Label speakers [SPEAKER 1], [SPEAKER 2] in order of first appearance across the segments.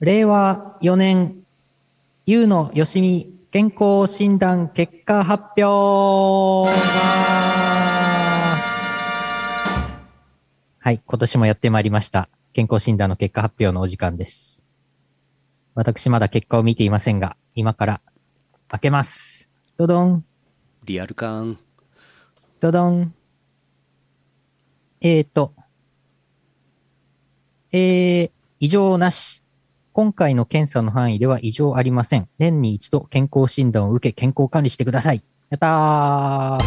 [SPEAKER 1] 令和4年、ゆうのよしみ健康診断結果発表はい、今年もやってまいりました。健康診断の結果発表のお時間です。私まだ結果を見ていませんが、今から開けます。どどん、
[SPEAKER 2] リアル感。
[SPEAKER 1] どどん。えーと。えー、異常なし。今回の検査の範囲では異常ありません。年に一度健康診断を受け健康管理してください。やったー。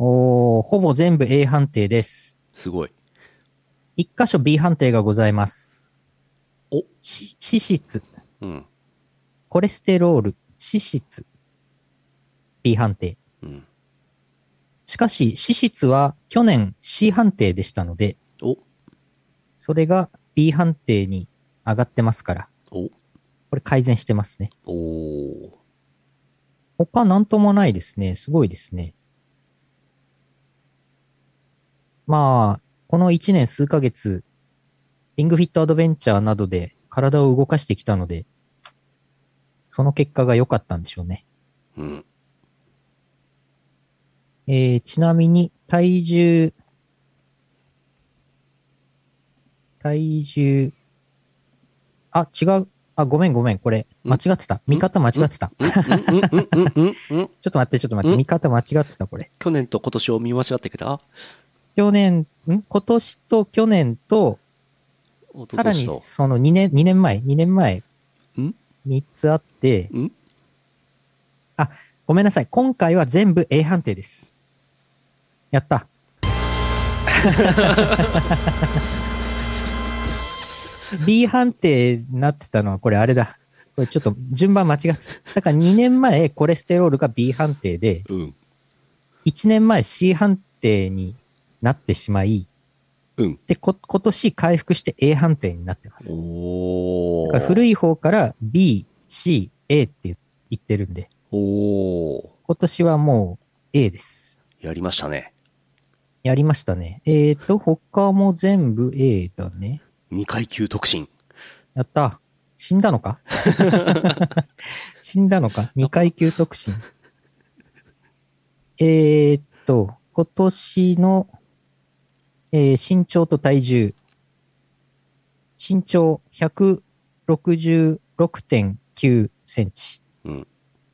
[SPEAKER 1] おー、ほぼ全部 A 判定です。
[SPEAKER 2] すごい。
[SPEAKER 1] 一箇所 B 判定がございます。
[SPEAKER 2] お
[SPEAKER 1] し脂質、
[SPEAKER 2] うん。
[SPEAKER 1] コレステロール、脂質。B 判定。
[SPEAKER 2] うん。
[SPEAKER 1] しかし、脂質は去年 C 判定でしたので、
[SPEAKER 2] お、
[SPEAKER 1] それが B 判定に上がってますから、
[SPEAKER 2] お、
[SPEAKER 1] これ改善してますね。
[SPEAKER 2] おー
[SPEAKER 1] 他なんともないですね。すごいですね。まあ、この1年数ヶ月、リングフィットアドベンチャーなどで体を動かしてきたので、その結果が良かったんでしょうね。
[SPEAKER 2] うん。
[SPEAKER 1] えーちなみに、体重、体重、あ、違う。あ、ごめんごめん。これ、
[SPEAKER 2] ん
[SPEAKER 1] 間違ってた。見方間違ってた。
[SPEAKER 2] うん、うん、うん、うん、うん、うん。
[SPEAKER 1] ちょっと待って、ちょっと待って。
[SPEAKER 2] ん
[SPEAKER 1] 見方間違ってた、これ。
[SPEAKER 2] 去年と今年を見間違ってきた
[SPEAKER 1] 去年、ん今年と去年と、さらにその2年、2年前、2年前、
[SPEAKER 2] ん
[SPEAKER 1] 3つあって
[SPEAKER 2] ん、
[SPEAKER 1] あ、ごめんなさい。今回は全部 A 判定です。やった。B 判定になってたのは、これあれだ。これちょっと順番間違ってた。だから2年前、コレステロールが B 判定で、
[SPEAKER 2] うん、
[SPEAKER 1] 1年前 C 判定になってしまい、
[SPEAKER 2] うん。
[SPEAKER 1] で、こ、今年回復して A 判定になってます。
[SPEAKER 2] お
[SPEAKER 1] だか
[SPEAKER 2] ー
[SPEAKER 1] ら古い方から B、C、A って言ってるんで、
[SPEAKER 2] おー
[SPEAKER 1] 今年はもう A です。
[SPEAKER 2] やりましたね。
[SPEAKER 1] やりましたね。えーと、他も全部 A だね。
[SPEAKER 2] 二階級特進。
[SPEAKER 1] やった。死んだの か死んだのか ?2 階級特進。えーっと、今年の、えー身長と体重。身長166.9センチ。
[SPEAKER 2] うん、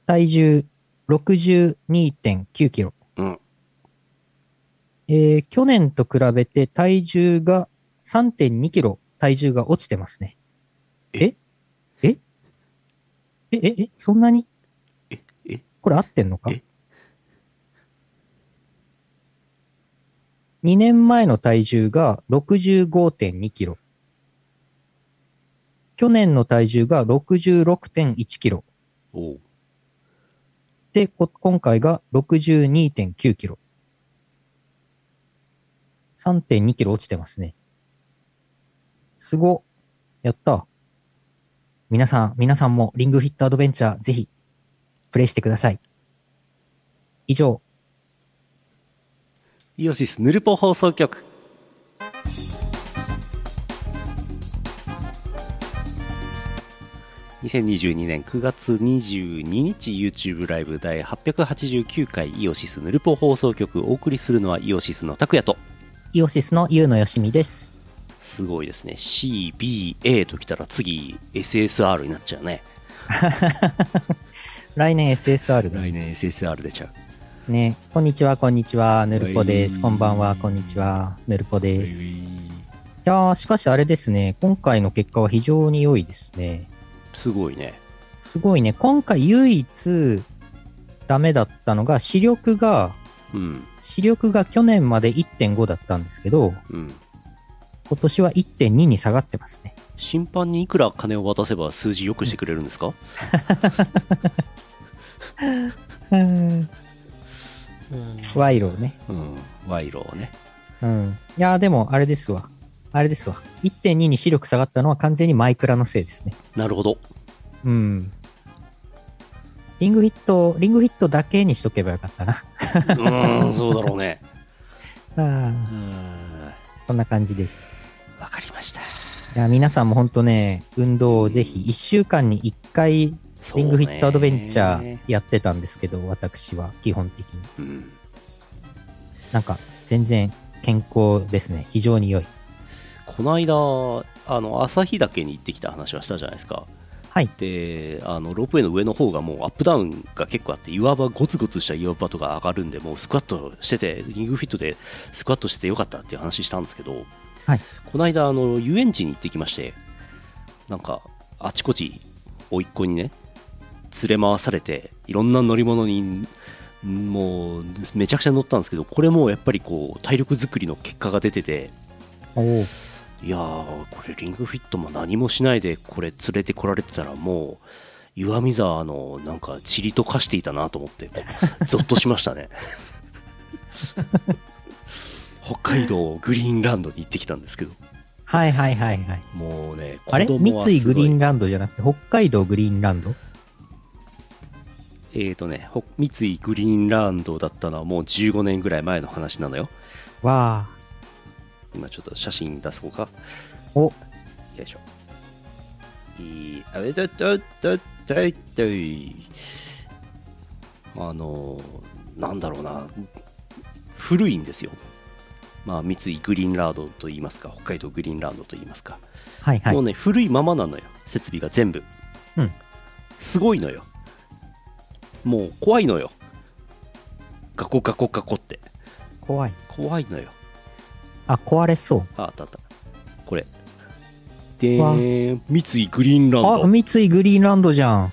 [SPEAKER 1] 体重62.9キロ。
[SPEAKER 2] うん、
[SPEAKER 1] えー去年と比べて体重が3.2キロ体重が落ちてますね。
[SPEAKER 2] え
[SPEAKER 1] えええ、え、え、そんなに
[SPEAKER 2] ええ
[SPEAKER 1] これ合ってんのか
[SPEAKER 2] え
[SPEAKER 1] ?2 年前の体重が65.2キロ。去年の体重が66.1キロ。
[SPEAKER 2] おー
[SPEAKER 1] で、こ今回が62.9キロ。3.2キロ落ちてますね。すご。やった。皆さん、皆さんもリングフィットアドベンチャーぜひ、プレイしてください。以上。
[SPEAKER 2] イオシスヌルポ放送局。2022年9月22日 YouTube ライブ第889回イオシスヌルポ放送局お送りするのはイオシスの拓也と
[SPEAKER 1] イオシスのゆうのよしみです。
[SPEAKER 2] すごいですね CBA ときたら次 SSR になっちゃうね
[SPEAKER 1] 来年 SSR だ。
[SPEAKER 2] 来年 SSR 出ちゃう
[SPEAKER 1] ね。こんにちは、こんにちは。ぬるぽです。
[SPEAKER 2] はい
[SPEAKER 1] こんばんは、こんにちは。ぬるぽです。いやー、しかしあれですね。今回の結果は非常に良いですね。
[SPEAKER 2] すごいね
[SPEAKER 1] すごいね。今回唯一ダメだったのが視力が、
[SPEAKER 2] うん
[SPEAKER 1] 視力が去年まで1.5だったんですけど、
[SPEAKER 2] うん
[SPEAKER 1] 今年は1.2に下がってますね。
[SPEAKER 2] 審判にいくら金を渡せば数字良くしてくれるんですか
[SPEAKER 1] 賄賂をね。
[SPEAKER 2] うん賄賂をね
[SPEAKER 1] うん。いやーでもあれですわ。あれですわ。1.2に視力下がったのは完全にマイクラのせいですね。
[SPEAKER 2] なるほど
[SPEAKER 1] うん。リングフィット、リングフィットだけにしとけばよかったな。
[SPEAKER 2] うーん、そうだろうね。
[SPEAKER 1] あー
[SPEAKER 2] うーん
[SPEAKER 1] そんな感じです。
[SPEAKER 2] わかりました。
[SPEAKER 1] いや、皆さんも本当ね、運動をぜひ1週間に1回、リングフィットアドベンチャ
[SPEAKER 2] そうね
[SPEAKER 1] ーやってたんですけど、私は基本的に。
[SPEAKER 2] うん。
[SPEAKER 1] なんか、全然健康ですね。非常に良い。
[SPEAKER 2] この間、あの、旭岳に行ってきた話はしたじゃないですか。
[SPEAKER 1] はい。
[SPEAKER 2] で、あの、ロープウェイの上の方がもうアップダウンが結構あって、岩場、ゴツゴツした岩場とか上がるんで、もうスクワットしてて、リングフィットでスクワットしててよかったっていう話したんですけど、
[SPEAKER 1] はい
[SPEAKER 2] この間、あの、遊園地に行ってきまして、なんか、あちこち、甥っ子にね、連れ回されて、いろんな乗り物に、もう、めちゃくちゃ乗ったんですけど、これもやっぱりこう、体力作りの結果が出てて、
[SPEAKER 1] おお。
[SPEAKER 2] いやーこれリングフィットも何もしないでこれ連れてこられてたらもう岩見沢のなんか塵と化していたなと思ってこ うゾッとしましたね北海道グリーンランドに行ってきたんですけど
[SPEAKER 1] はいはいはいはい。
[SPEAKER 2] もうね
[SPEAKER 1] あれ
[SPEAKER 2] 子
[SPEAKER 1] 三
[SPEAKER 2] 供はすごい
[SPEAKER 1] 井グリーンランドじゃなくて、北海道グリーンランド
[SPEAKER 2] えーとねほ三井グリーンランドだったのはもう15年ぐらい前の話なのよ
[SPEAKER 1] わ
[SPEAKER 2] 今ちょっと写真出そうか
[SPEAKER 1] あ。お、
[SPEAKER 2] よいしょ。いいあうとっとっとっとっといあのー、なんだろうな、古いんですよ。まあ、三井グリーンランドと言いますか、北海道グリーンランドと言いますか。
[SPEAKER 1] はいはい
[SPEAKER 2] もう。ね、古いままなのよ、設備が全部。
[SPEAKER 1] うん
[SPEAKER 2] すごいのよ。もう怖いのよ。ガコガコガコって。
[SPEAKER 1] 怖い。
[SPEAKER 2] 怖いのよ。
[SPEAKER 1] あ、壊れそう。
[SPEAKER 2] ああったあった。これ。でーん、三井グリーンランド。
[SPEAKER 1] あ、三井グリーンランドじゃん。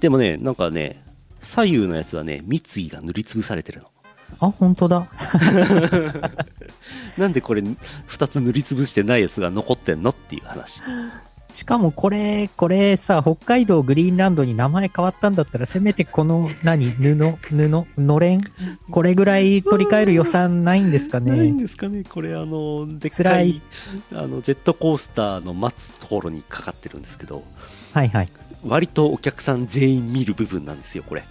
[SPEAKER 2] でもね、なんかね、左右のやつはね、三井が塗りつぶされてるの。
[SPEAKER 1] あ、本当だ。
[SPEAKER 2] なんでこれ、2つ塗りつぶしてないやつが残ってんのっていう話。
[SPEAKER 1] しかもこれ、これさ、北海道グリーンランドに名前変わったんだったら、せめてこ の、何、布、布、のれん、これぐらい取り替える予算ないんですか
[SPEAKER 2] ないん
[SPEAKER 1] ね。
[SPEAKER 2] ですかね、これ、あの、でっか
[SPEAKER 1] 辛
[SPEAKER 2] い
[SPEAKER 1] い
[SPEAKER 2] あのジェットコースターの待つところにかかってるんですけど、
[SPEAKER 1] はいはい。
[SPEAKER 2] 割とお客さん全員見る部分なんですよ、これ。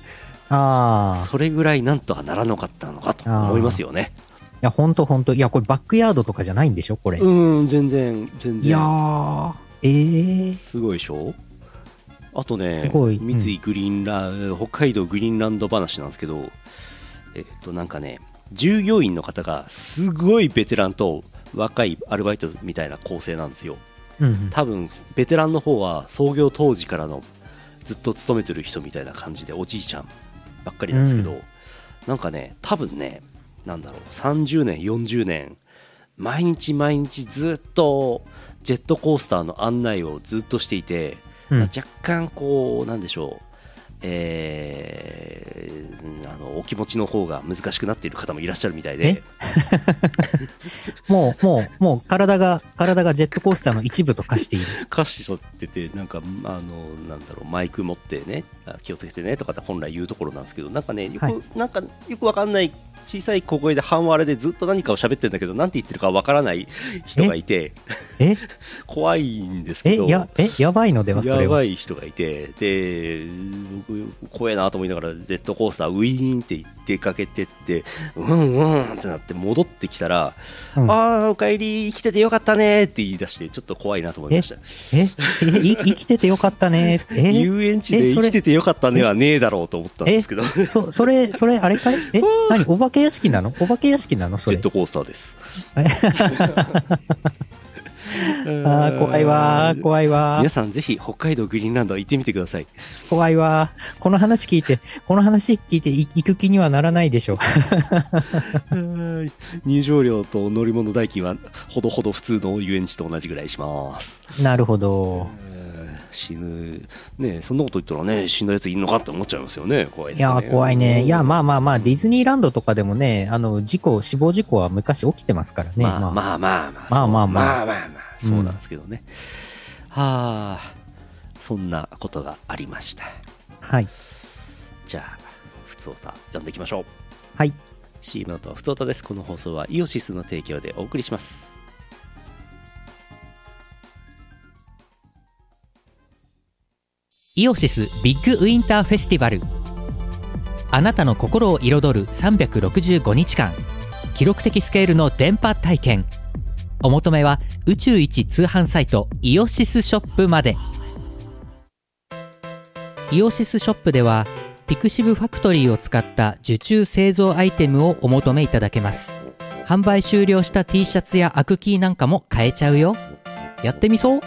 [SPEAKER 1] ああ、
[SPEAKER 2] それぐらいなんとかならなかったのかと思いますよね。
[SPEAKER 1] いや、ほんとほんと。いや、これバックヤードとかじゃないんでしょ、これ。
[SPEAKER 2] うーん、全然、全
[SPEAKER 1] いや
[SPEAKER 2] 然。
[SPEAKER 1] ー、えー、
[SPEAKER 2] すごいでしょあとね
[SPEAKER 1] すごいうん
[SPEAKER 2] 三井グリーンラ、北海道グリーンランド話なんですけどえっとなんかね従業員の方がすごいベテランと若いアルバイトみたいな構成なんですよ
[SPEAKER 1] うんうん、
[SPEAKER 2] 多分ベテランの方は創業当時からのずっと勤めてる人みたいな感じでおじいちゃんばっかりなんですけど、
[SPEAKER 1] う
[SPEAKER 2] なんかね多分ねなんだろう30年40年毎日毎日ずっとジェットコースターの案内をずっとしていて、
[SPEAKER 1] うん
[SPEAKER 2] まあ若干こうなんでしょうえーあのお気持ちの方が難しくなっている方もいらっしゃるみたいで
[SPEAKER 1] もう、もう、もう体が、体がジェットコースターの一部と化している。
[SPEAKER 2] 歌詞沿っててなんかあのなんだろうマイク持ってねあ気をつけてねとかって本来言うところなんですけどなんかねよく、
[SPEAKER 1] は
[SPEAKER 2] なんかよくわかんない小さい小声で半割れでずっと何かを喋ってるんだけどなんて言ってるかわからない人がいて
[SPEAKER 1] え、
[SPEAKER 2] 怖いんですけ
[SPEAKER 1] え、
[SPEAKER 2] ど
[SPEAKER 1] や、え、やばいのでは、それ
[SPEAKER 2] やば
[SPEAKER 1] は。
[SPEAKER 2] い人がいてで僕怖えなと思いながらジェットコースターウィーンって出かけてってうんうんってなって戻ってきたら、
[SPEAKER 1] うん
[SPEAKER 2] ああおかえり生きててよかったねって言い出してちょっと怖いなと思いました。
[SPEAKER 1] え、え、い生きててよかったね。え、
[SPEAKER 2] 遊園地
[SPEAKER 1] え
[SPEAKER 2] で生
[SPEAKER 1] それ
[SPEAKER 2] きててよかったねはねえだろうと思ったんですけど、ジ
[SPEAKER 1] そ、それ、それ、あれかいえ、何お化け屋敷なのお化け屋敷なのそ
[SPEAKER 2] ェ
[SPEAKER 1] れ
[SPEAKER 2] ッ。トコースタ ーです。
[SPEAKER 1] えあー怖いわー、
[SPEAKER 2] い。
[SPEAKER 1] 怖いわ
[SPEAKER 2] 皆
[SPEAKER 1] ー、
[SPEAKER 2] さんぜひ北海道グリーンランド行ってみてください。
[SPEAKER 1] 怖いわー。この話聞いて、この話聞いてい行く気にはならないでしょう。
[SPEAKER 2] 入場料と乗り物代金はほどほど普通の遊園地と同じぐらいします。
[SPEAKER 1] なるほど。
[SPEAKER 2] 死ぬ。ねえそんなこと言ったらね、死んだやついんのかって思っちゃいますよね、怖い、
[SPEAKER 1] いやー、怖いね。いや、まあまあまあ、ディズニーランドとかでもね、あの、事故、死亡事故は昔起きてますからね。
[SPEAKER 2] まあ
[SPEAKER 1] まあ
[SPEAKER 2] まあまあまあ
[SPEAKER 1] まあまあま
[SPEAKER 2] まあまあまあそうなんですけどね、はあそんなことがありました
[SPEAKER 1] はい。
[SPEAKER 2] じゃあふつおた読んでいきましょう
[SPEAKER 1] はい。
[SPEAKER 2] CM のとふつおたですこの放送はイオシスの提供でお送りします
[SPEAKER 1] イオシスビッグウィンターフェスティバルあなたの心を彩る365日間記録的スケールの電波体験
[SPEAKER 3] お求めは宇宙一通販サイトイオシスショップまでイオシスショップではピクシブファクトリーを使った受注製造アイテムをお求めいただけます販売終了した T シャツやアクキーなんかも買えちゃうよやってみそう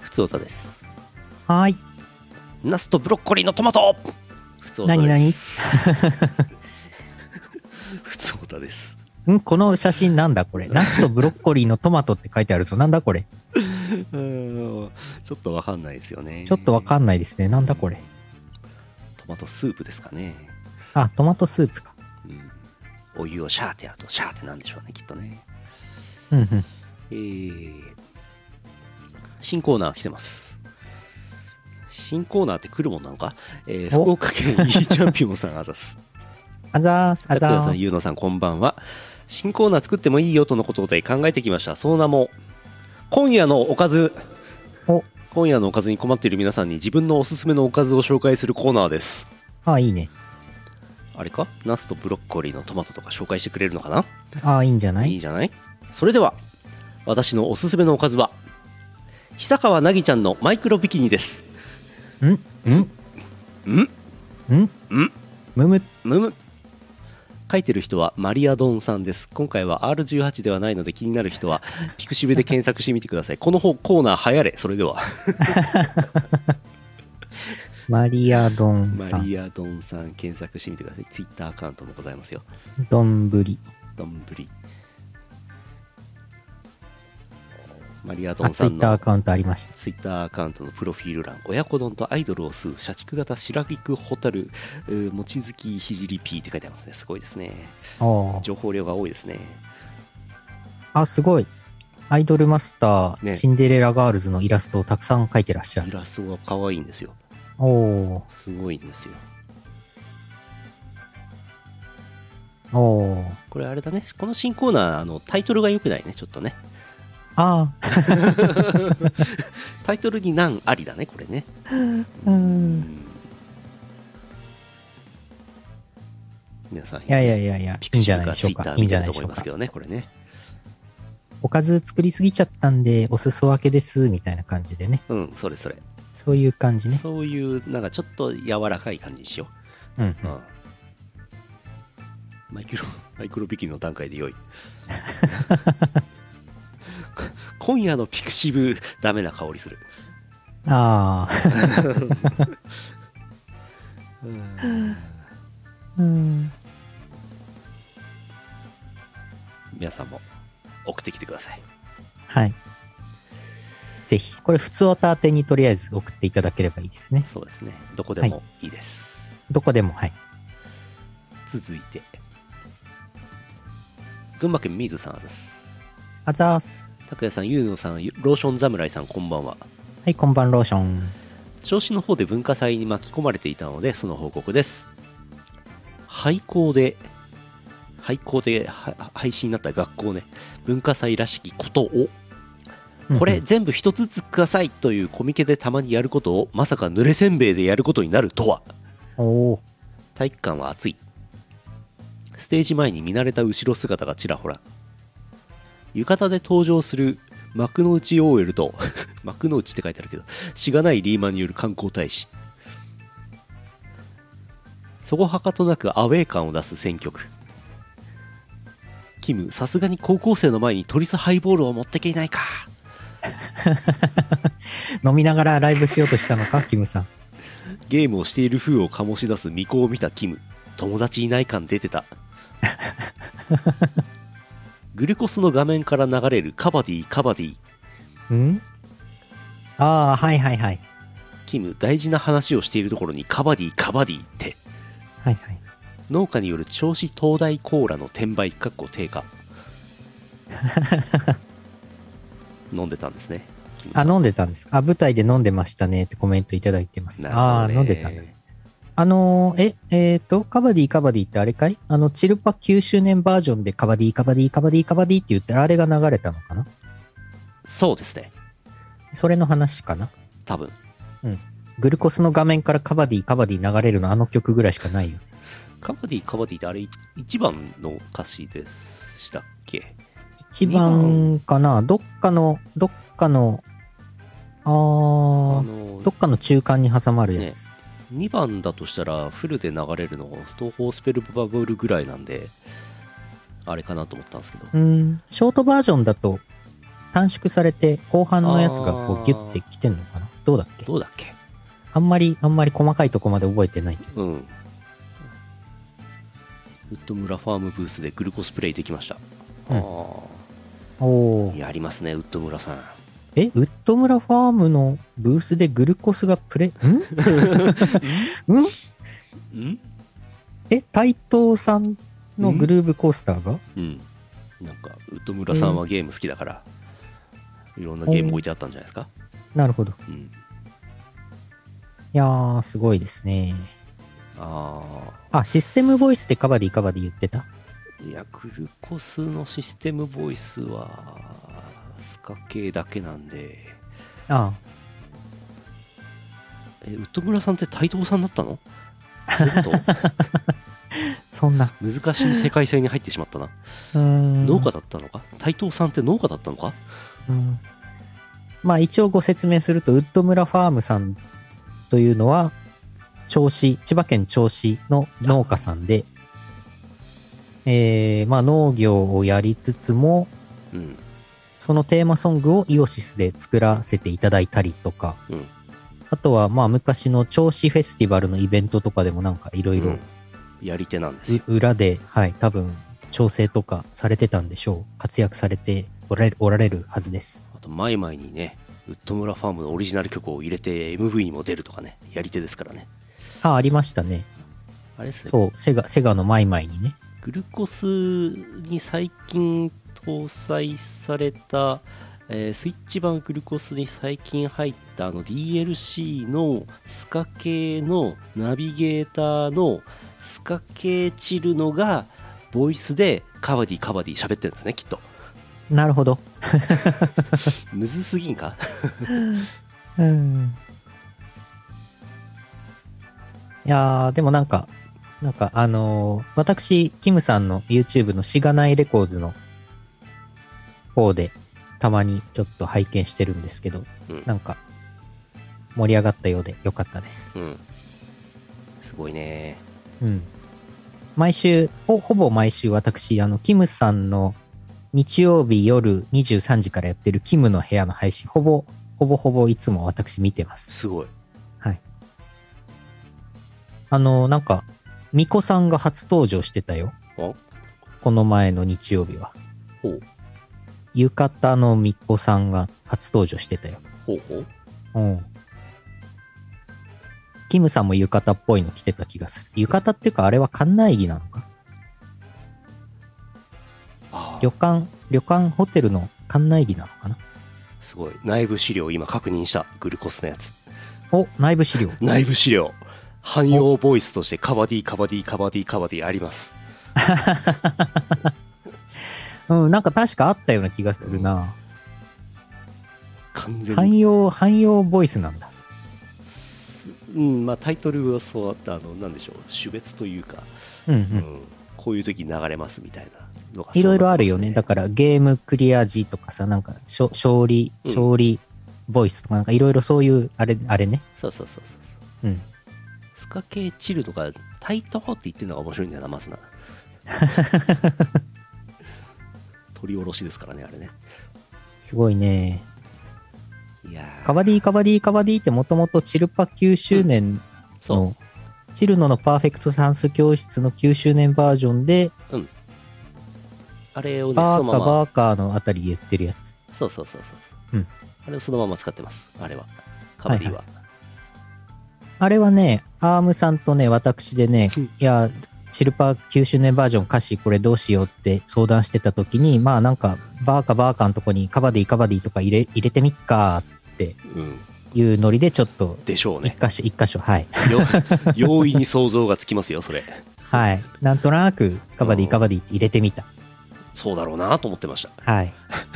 [SPEAKER 2] ふつおたです
[SPEAKER 1] はーい。
[SPEAKER 2] ナスとブロッコリーのトマトふつおた
[SPEAKER 1] 何
[SPEAKER 2] です何 ふつおたです
[SPEAKER 1] んこの写真なんだ これ。ナスとブロッコリーのトマトって書いてあるぞ。なんだこれ。
[SPEAKER 2] うーんちょっとわかんないですよね
[SPEAKER 1] ちょっとわか
[SPEAKER 2] ん
[SPEAKER 1] んないですね。なんだこれ。
[SPEAKER 2] トマトスープですかね、
[SPEAKER 1] あ、トマトスープか。
[SPEAKER 2] うん、お湯をシャーってやるとシャーってなんでしょうねきっとね
[SPEAKER 1] うんうん。
[SPEAKER 2] えー、新コーナー来てます。新コーナーって来るもんなのか、えー
[SPEAKER 1] お
[SPEAKER 2] 福岡県イーチャンピオンさんあざす。
[SPEAKER 1] あざー す、あ
[SPEAKER 2] タク
[SPEAKER 1] ざ
[SPEAKER 2] ヤさ
[SPEAKER 1] ー
[SPEAKER 2] ん、ゆう
[SPEAKER 1] す。
[SPEAKER 2] のさん、こんばんは。新コーナー作ってもいいよとのことで考えてきました。その名も、今夜のおかず。
[SPEAKER 1] お
[SPEAKER 2] 今夜のおかずに困っている皆さんに自分のおすすめのおかずを紹介するコーナーです。
[SPEAKER 1] あ、いいね。
[SPEAKER 2] あれかナスとブロッコリーのトマトとか紹介してくれるのかな
[SPEAKER 1] あ、いいんじゃない
[SPEAKER 2] い
[SPEAKER 1] い
[SPEAKER 2] いじゃないそれでは私のおすすめのおかずは久川なぎちゃんのマイクロビキニです
[SPEAKER 1] んん
[SPEAKER 2] ん
[SPEAKER 1] ん
[SPEAKER 2] ん
[SPEAKER 1] むむ、
[SPEAKER 2] むむ書いてる人はマリアドンさんです今回は R18 ではないので気になる人はピクシブで検索してみてくださいこの方コーナー流行れそれ では
[SPEAKER 1] マリア丼
[SPEAKER 2] マ
[SPEAKER 1] さん。
[SPEAKER 2] リアドンさん検索してみてくださいツイッターアカウントもございますよ
[SPEAKER 1] 丼ぶり。
[SPEAKER 2] どんぶりマリアド
[SPEAKER 1] あ、
[SPEAKER 2] ン
[SPEAKER 1] ツ
[SPEAKER 2] さ
[SPEAKER 1] イ
[SPEAKER 2] ん
[SPEAKER 1] ッター
[SPEAKER 2] の
[SPEAKER 1] アカウントありました。
[SPEAKER 2] ツイッターアカウントのプロフィール欄、親子丼とアイドルを吸う、社畜型白菊蛍、えー望月ひじり P って書いてありますね。すごいですね。
[SPEAKER 1] おー
[SPEAKER 2] 情報量が多いですね。
[SPEAKER 1] あ、すごい。アイドルマスター、
[SPEAKER 2] ね
[SPEAKER 1] シンデレラガールズのイラストをたくさん描いてらっしゃ
[SPEAKER 2] イ
[SPEAKER 1] る。
[SPEAKER 2] ラストが可愛いんですよ。
[SPEAKER 1] おー、
[SPEAKER 2] すごいんですよ。
[SPEAKER 1] おー。
[SPEAKER 2] これあれだね、この新コーナー、あのタイトルが良くないね、ちょっとね。
[SPEAKER 1] あ
[SPEAKER 2] タイトルに難ありだね、これね。
[SPEAKER 1] ー、う。
[SPEAKER 2] うんん皆さん、
[SPEAKER 1] いやいやいやいや、
[SPEAKER 2] ピ
[SPEAKER 1] いいん
[SPEAKER 2] クシ
[SPEAKER 1] じゃ
[SPEAKER 2] ブ
[SPEAKER 1] ない
[SPEAKER 2] か
[SPEAKER 1] でし
[SPEAKER 2] ツ
[SPEAKER 1] ょ
[SPEAKER 2] イ
[SPEAKER 1] う
[SPEAKER 2] ッタ
[SPEAKER 1] か
[SPEAKER 2] ー。
[SPEAKER 1] いいん
[SPEAKER 2] 見
[SPEAKER 1] じ
[SPEAKER 2] て
[SPEAKER 1] ゃ
[SPEAKER 2] る
[SPEAKER 1] ない
[SPEAKER 2] と
[SPEAKER 1] でし
[SPEAKER 2] 思
[SPEAKER 1] ょ
[SPEAKER 2] いうます
[SPEAKER 1] か
[SPEAKER 2] け。どね、これね。
[SPEAKER 1] おかず作りすぎちゃったんで、お裾分けです、みたいな感じでね。
[SPEAKER 2] うん、それそれ。
[SPEAKER 1] そういう感じね。
[SPEAKER 2] そういう、なんかちょっと柔らかい感じにしよう。
[SPEAKER 1] うんうん。
[SPEAKER 2] マイクロマイクロビキニの段階で良い 今夜のピクシブダメな香りする
[SPEAKER 1] ああ。うん。
[SPEAKER 2] 皆さんも送ってきてください
[SPEAKER 1] はい。ぜひ、これ、普通オタ宛てにとりあえず送っていただければいいですね。
[SPEAKER 2] そうですねどこでもいいです、
[SPEAKER 1] どこでも、はい。
[SPEAKER 2] 続いて群馬県水さんあざす
[SPEAKER 1] あざーす。
[SPEAKER 2] 拓也さんゆうのさんローション侍さんこんばんは
[SPEAKER 1] はい、こんばんローション。
[SPEAKER 2] 調子の方で文化祭に巻き込まれていたのでその報告です廃校で廃校では廃止になった学校ね文化祭らしきことをこ
[SPEAKER 1] うん
[SPEAKER 2] れ
[SPEAKER 1] うん
[SPEAKER 2] 全部一つずつくださいというコミケでたまにやることをまさか濡れせんべいでやることになるとは
[SPEAKER 1] おお。
[SPEAKER 2] 体育館は暑いステージ前に見慣れた後ろ姿がちらほら浴衣で登場する幕の内 OL と 幕の内って書いてあるけどしがないリーマンによる観光大使そこはかとなくアウェー感を出す選曲キムさすがに高校生の前にトリスハイボールを持ってけないか
[SPEAKER 1] 飲みながらライブしようとしたのか、キムさん。
[SPEAKER 2] ゲームをしている風を醸し出す巫女を見たキム友達いない感出て たグルコスの画面から流れるカバディカバディ
[SPEAKER 1] んああ、はいはいはい。
[SPEAKER 2] キム大事な話をしているところにカバディカバディって
[SPEAKER 1] はいはい。
[SPEAKER 2] 農家による銚子東大コーラの転売かっこ低 下飲んでたんですねキムさ
[SPEAKER 1] あ、
[SPEAKER 2] ん
[SPEAKER 1] 飲んでたんですかあ、舞台で飲んでましたねってコメントいただいてます。ああー、飲んでたんだ。
[SPEAKER 2] ね
[SPEAKER 1] あのーえ、えっ、と、カバディカバディってあれかいあの、チルパ9周年バージョンでカバディカバディカバディカバディって言ったらあれが流れたのかな
[SPEAKER 2] そうですね
[SPEAKER 1] それの話かな
[SPEAKER 2] 多分
[SPEAKER 1] グルコスの画面からカバディカバディ流れるのあの曲ぐらいしかないよ。
[SPEAKER 2] カバディカバディってあれ一番の歌詞でしたっけ
[SPEAKER 1] 一番かなどっかの、どっかの、あー、
[SPEAKER 2] あの
[SPEAKER 1] どっかの中間に挟まるやつ。
[SPEAKER 2] 2番だとしたらフルで流れるの東方スペルバブルぐらいなんであれかなと思ったんですけど
[SPEAKER 1] うん、ショートバージョンだと短縮されて、後半のやつがこうギュッてきてんのかなどうだっけ
[SPEAKER 2] どうだっけ
[SPEAKER 1] あんまり、あんまり細かいとこまで覚えてない。
[SPEAKER 2] うんウッド村ファームブースでグルコスプレイできました、
[SPEAKER 1] うん
[SPEAKER 2] あ
[SPEAKER 1] お
[SPEAKER 2] あ
[SPEAKER 1] ー
[SPEAKER 2] やりますねウッド村さん
[SPEAKER 1] え、ウッド村ファームのブースでグルコスがプレ、ん うん
[SPEAKER 2] うん
[SPEAKER 1] え、台東さんのグルーブコースターが
[SPEAKER 2] うんなんかウッド村さんはゲーム好きだから、いろんなゲーム置いてあったんじゃないですか、
[SPEAKER 1] なるほど。
[SPEAKER 2] うん、
[SPEAKER 1] いやー、すごいですね。
[SPEAKER 2] あ
[SPEAKER 1] あ、システムボイスでカバディカバディ言ってた
[SPEAKER 2] あいやグルコスのシステムボイスはスカ系だけなんで
[SPEAKER 1] あ
[SPEAKER 2] えウッド村さんって台東さんだったのそういうこと
[SPEAKER 1] あ、そんな。
[SPEAKER 2] 難しい世界線に入ってしまったな
[SPEAKER 1] うーん。
[SPEAKER 2] 農家だったのか台東さんって農家だったのか
[SPEAKER 1] うんまあ一応ご説明すると、ウッド村ファームさんというのは、銚子、千葉県銚子の農家さんで、えー、まあ農業をやりつつも、
[SPEAKER 2] うん
[SPEAKER 1] そのテーマソングをイオシスで作らせていただいたりとか、
[SPEAKER 2] うん
[SPEAKER 1] あとはまあ昔の銚子フェスティバルのイベントとかでもなんかいろいろ
[SPEAKER 2] うんやり手なんですよ
[SPEAKER 1] う裏で、はい、多分調整とかされてたんでしょう。活躍されておられるおられるはずです。
[SPEAKER 2] あと前々にねウッド村ファームのオリジナル曲を入れて MV にも出るとかねやり手ですからね
[SPEAKER 1] あ、ありましたね。
[SPEAKER 2] あれですね
[SPEAKER 1] そう、セガ、セガのマイマイにね。
[SPEAKER 2] グルコスに最近搭載された、えースイッチ版グルコスに最近入ったあの DLC のスカ系のナビゲーターのスカ系チルノがボイスでカバディカバディ喋ってるんですねきっと
[SPEAKER 1] なるほど。
[SPEAKER 2] むずすぎんか
[SPEAKER 1] うん。いやー、でもなんか、なんかあのー私、キムさんの YouTube のしがないレコーズの方で、たまにちょっと拝見してるんですけど、
[SPEAKER 2] うん
[SPEAKER 1] なんか、盛り上がったようでよかったです。
[SPEAKER 2] うんすごいね
[SPEAKER 1] うん。毎週、ほほぼ毎週私、あの、キムさんの日曜日夜23時からやってるキムの部屋の配信、ほぼ、ほぼほぼいつも私見てます。
[SPEAKER 2] すごい
[SPEAKER 1] あの、なんか、ミコさんが初登場してたよ。
[SPEAKER 2] お
[SPEAKER 1] この前の日曜日は。
[SPEAKER 2] ほう
[SPEAKER 1] 浴衣のミコさんが初登場してたよ。
[SPEAKER 2] ほうほう
[SPEAKER 1] うん。キムさんも浴衣っぽいの着てた気がする。浴衣っていうか、あれは館内着なのか
[SPEAKER 2] ああ
[SPEAKER 1] 旅館、旅館ホテルの館内着なのかな
[SPEAKER 2] すごい内部資料を今確認したグルコスのやつ
[SPEAKER 1] お、内部資料。
[SPEAKER 2] 内部資料汎用ボイスとしてカバディカバディカバディカバディあります
[SPEAKER 1] うん、なんか確かあったような気がするな。
[SPEAKER 2] 完全
[SPEAKER 1] 汎
[SPEAKER 2] に
[SPEAKER 1] 用、汎用ボイスなんだ。
[SPEAKER 2] うんまあタイトルはそうあったあのなんでしょう種別というか、
[SPEAKER 1] うんう
[SPEAKER 2] うん
[SPEAKER 1] ん。
[SPEAKER 2] こういう時流れますみたいなのが
[SPEAKER 1] いろいろあるよね。だ
[SPEAKER 2] ら
[SPEAKER 1] からゲームクリア時とかさ、なんかしょ勝利、
[SPEAKER 2] うん
[SPEAKER 1] 勝利ボイスとか、なんかいろいろそういう、あれ、あれね。
[SPEAKER 2] そうそうそうそう
[SPEAKER 1] うん。
[SPEAKER 2] スカ系チルとかタイトーって言ってるのが面白いんだよな まずな取り下ろしですからねあれね
[SPEAKER 1] すごいね。
[SPEAKER 2] いやー
[SPEAKER 1] カバディカバディカバディってもともとチルパ9周年
[SPEAKER 2] そう
[SPEAKER 1] の、チルノのパーフェクト算数教室の9周年バージョンで、
[SPEAKER 2] あれをね
[SPEAKER 1] バ
[SPEAKER 2] その
[SPEAKER 1] ーカ
[SPEAKER 2] まま
[SPEAKER 1] バーカーのあたり言ってるやつ。
[SPEAKER 2] そうそうそうそう
[SPEAKER 1] う
[SPEAKER 2] そ
[SPEAKER 1] ん
[SPEAKER 2] あれをそのまま使ってますあれはカバディは、
[SPEAKER 1] あれはね、アームさんとね、私でね、
[SPEAKER 2] うん
[SPEAKER 1] いや、チルパ9周年バージョン歌詞これどうしようって相談してた時に、まあなんか、バーカバーカのとこにカバディカバディとか入れ入れてみっかって
[SPEAKER 2] うん
[SPEAKER 1] いうノリでちょっと
[SPEAKER 2] でしょう
[SPEAKER 1] 一
[SPEAKER 2] ね
[SPEAKER 1] 箇所一箇所はい、
[SPEAKER 2] よ容易に想像がつきますよそれ
[SPEAKER 1] はい、なんとなくカバディカバディって入れてみた
[SPEAKER 2] そうだろうなと思ってました
[SPEAKER 1] はい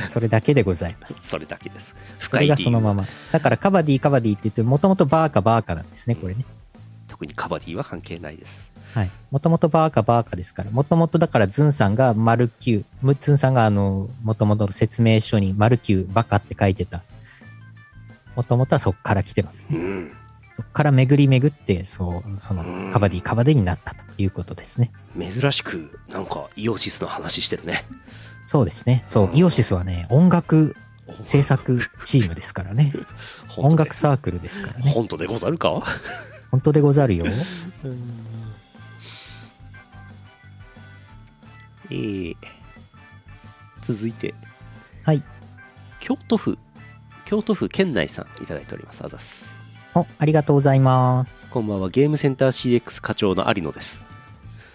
[SPEAKER 1] それだけでございます
[SPEAKER 2] それだけです
[SPEAKER 1] そ
[SPEAKER 2] 深
[SPEAKER 1] れ
[SPEAKER 2] い
[SPEAKER 1] が
[SPEAKER 2] 理
[SPEAKER 1] そのま
[SPEAKER 2] 由
[SPEAKER 1] まだからカバディカバディって言ってもともとバーカバーカなんですねこれね
[SPEAKER 2] 特にカバディは関係ないです
[SPEAKER 1] はい。もともとバーカバーカですから、もともとだからズンさんが丸九、ムッツンさんがあの、もともとの説明書に丸九バカって書いてた。もともとはそっから来てます。
[SPEAKER 2] うん
[SPEAKER 1] そっから巡り巡って、そう、そのカバディカバディになったということですね。
[SPEAKER 2] 珍しくなんかイオシスの話してるね
[SPEAKER 1] そうですね。そう
[SPEAKER 2] う、ん
[SPEAKER 1] イオシスはね、音楽制作チームですから ね。音楽サークルですからね。
[SPEAKER 2] 本当でござるか
[SPEAKER 1] 本当でござるよ。
[SPEAKER 2] えー続いて
[SPEAKER 1] はい。
[SPEAKER 2] 京都府京都府県内さんいただいておりますあざっす
[SPEAKER 1] お、ありがとうございます。
[SPEAKER 2] こんばんはゲームセンター CX 課長の有野です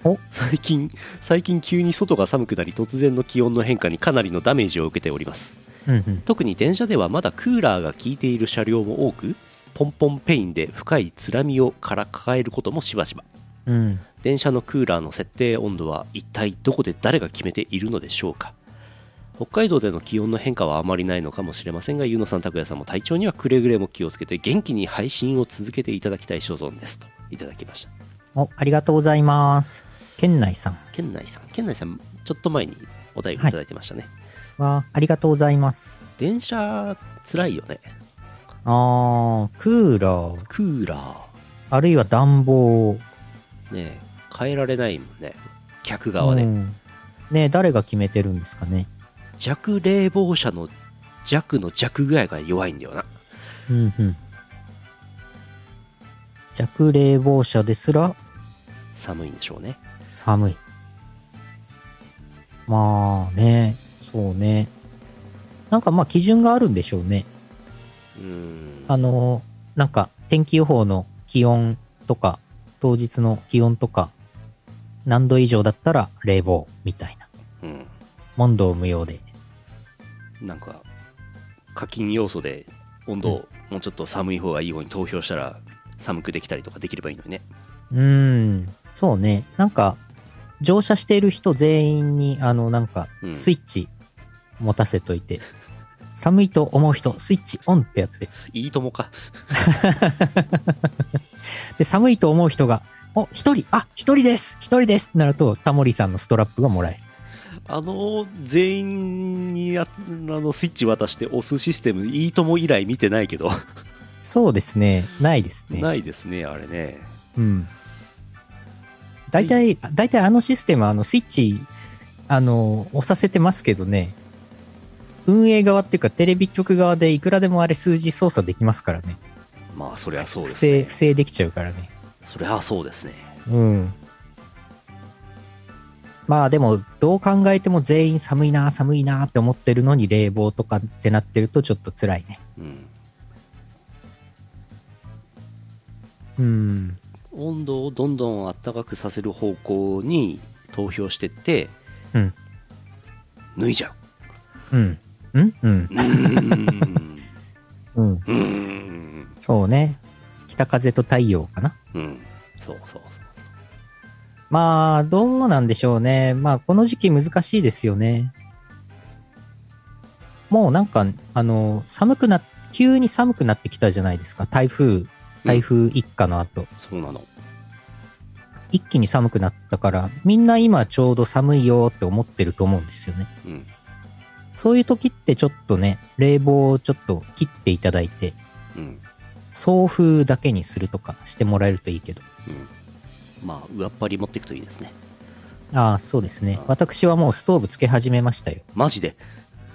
[SPEAKER 1] お
[SPEAKER 2] 最近最近急に外が寒くなり突然の気温の変化にかなりのダメージを受けております
[SPEAKER 1] うんうん。
[SPEAKER 2] 特に電車ではまだクーラーが効いている車両も多くポンポンペインで深いつらみをから抱えることもしばしば
[SPEAKER 1] うん。
[SPEAKER 2] 電車のクーラーの設定温度は一体どこで誰が決めているのでしょうか北海道での気温の変化はあまりないのかもしれませんがゆうのさん拓也さんも体調にはくれぐれも気をつけて元気に配信を続けていただきたい所存ですといただきました
[SPEAKER 1] お、ありがとうございます。県内さん。
[SPEAKER 2] 県内さん県内さんちょっと前にお便りいただいてましたね、
[SPEAKER 1] わあ、ありがとうございます。
[SPEAKER 2] 電車つらいよね
[SPEAKER 1] あー、クーラー、
[SPEAKER 2] クーラー
[SPEAKER 1] あるいは暖房。
[SPEAKER 2] ねえ変えられないもんね客側で、
[SPEAKER 1] うんね誰が決めてるんですかね。
[SPEAKER 2] 弱冷房車の弱の弱具合が弱いんだよな
[SPEAKER 1] うんうん。弱冷房車ですら
[SPEAKER 2] 寒いんでしょうね
[SPEAKER 1] 寒い。まあね、そうね。なんかまあ基準があるんでしょうね。
[SPEAKER 2] うーん
[SPEAKER 1] あの、なんか天気予報の気温とか、当日の気温とか、何度以上だったら冷房みたいな。
[SPEAKER 2] うん
[SPEAKER 1] 問答無用で。
[SPEAKER 2] なんか課金要素で温度をもうちょっと寒い方がいい方に投票したら寒くできたりとかできればいいのにね
[SPEAKER 1] うーん、そうね。なんか、乗車している人全員に、あの、なんか
[SPEAKER 2] う、ん
[SPEAKER 1] スイッチ持たせといて、 寒いと思う人、スイッチオンってやって、
[SPEAKER 2] いいともか
[SPEAKER 1] で、寒いと思う人が、お、一人、あ、一人です一人ですってなると、タモリさんのストラップがもらえる。
[SPEAKER 2] あの全員にああのスイッチ渡して押すシステムいいとも以来見てないけど、
[SPEAKER 1] そうですね。ないですね。
[SPEAKER 2] ないですねあれね
[SPEAKER 1] うん。大体、大体あのシステム、あの、スイッチ、あの、押させてますけどね、運営側っていうか、テレビ局側でいくらでもあれ数字操作できますからね。
[SPEAKER 2] まあそりゃそうで
[SPEAKER 1] 不
[SPEAKER 2] す
[SPEAKER 1] 正、
[SPEAKER 2] ね
[SPEAKER 1] 不正できちゃうからね。
[SPEAKER 2] そりゃそうですね
[SPEAKER 1] うん。まあでも、どう考えても全員寒いな、寒いなって思ってるのに冷房とかってなってるとちょっと辛いね。
[SPEAKER 2] うん
[SPEAKER 1] うん。
[SPEAKER 2] 温度をどんどん暖かくさせる方向に投票してって、
[SPEAKER 1] うん
[SPEAKER 2] 脱いじゃ
[SPEAKER 1] うん。うんうん。
[SPEAKER 2] ううーん
[SPEAKER 1] うん。
[SPEAKER 2] うーん
[SPEAKER 1] そうね。北風と太陽かな。
[SPEAKER 2] うんそうそうそう
[SPEAKER 1] まあ、どうなんでしょうね。まあ、この時期難しいですよね。もうなんか、あの、寒くな、急に寒くなってきたじゃないですか。台風、台風一過の後。
[SPEAKER 2] そうなの
[SPEAKER 1] 一気に寒くなったから、みんな今ちょうど寒いよって思ってると思うんですよね。
[SPEAKER 2] うん
[SPEAKER 1] そういう時ってちょっとね、冷房をちょっと切っていただいて、
[SPEAKER 2] うん
[SPEAKER 1] 送風だけにするとかしてもらえるといいけど。
[SPEAKER 2] うんまあ上っ張り持っていくといいですね
[SPEAKER 1] ああ、そうですね。私はもうストーブつけ始めましたよ。
[SPEAKER 2] マジで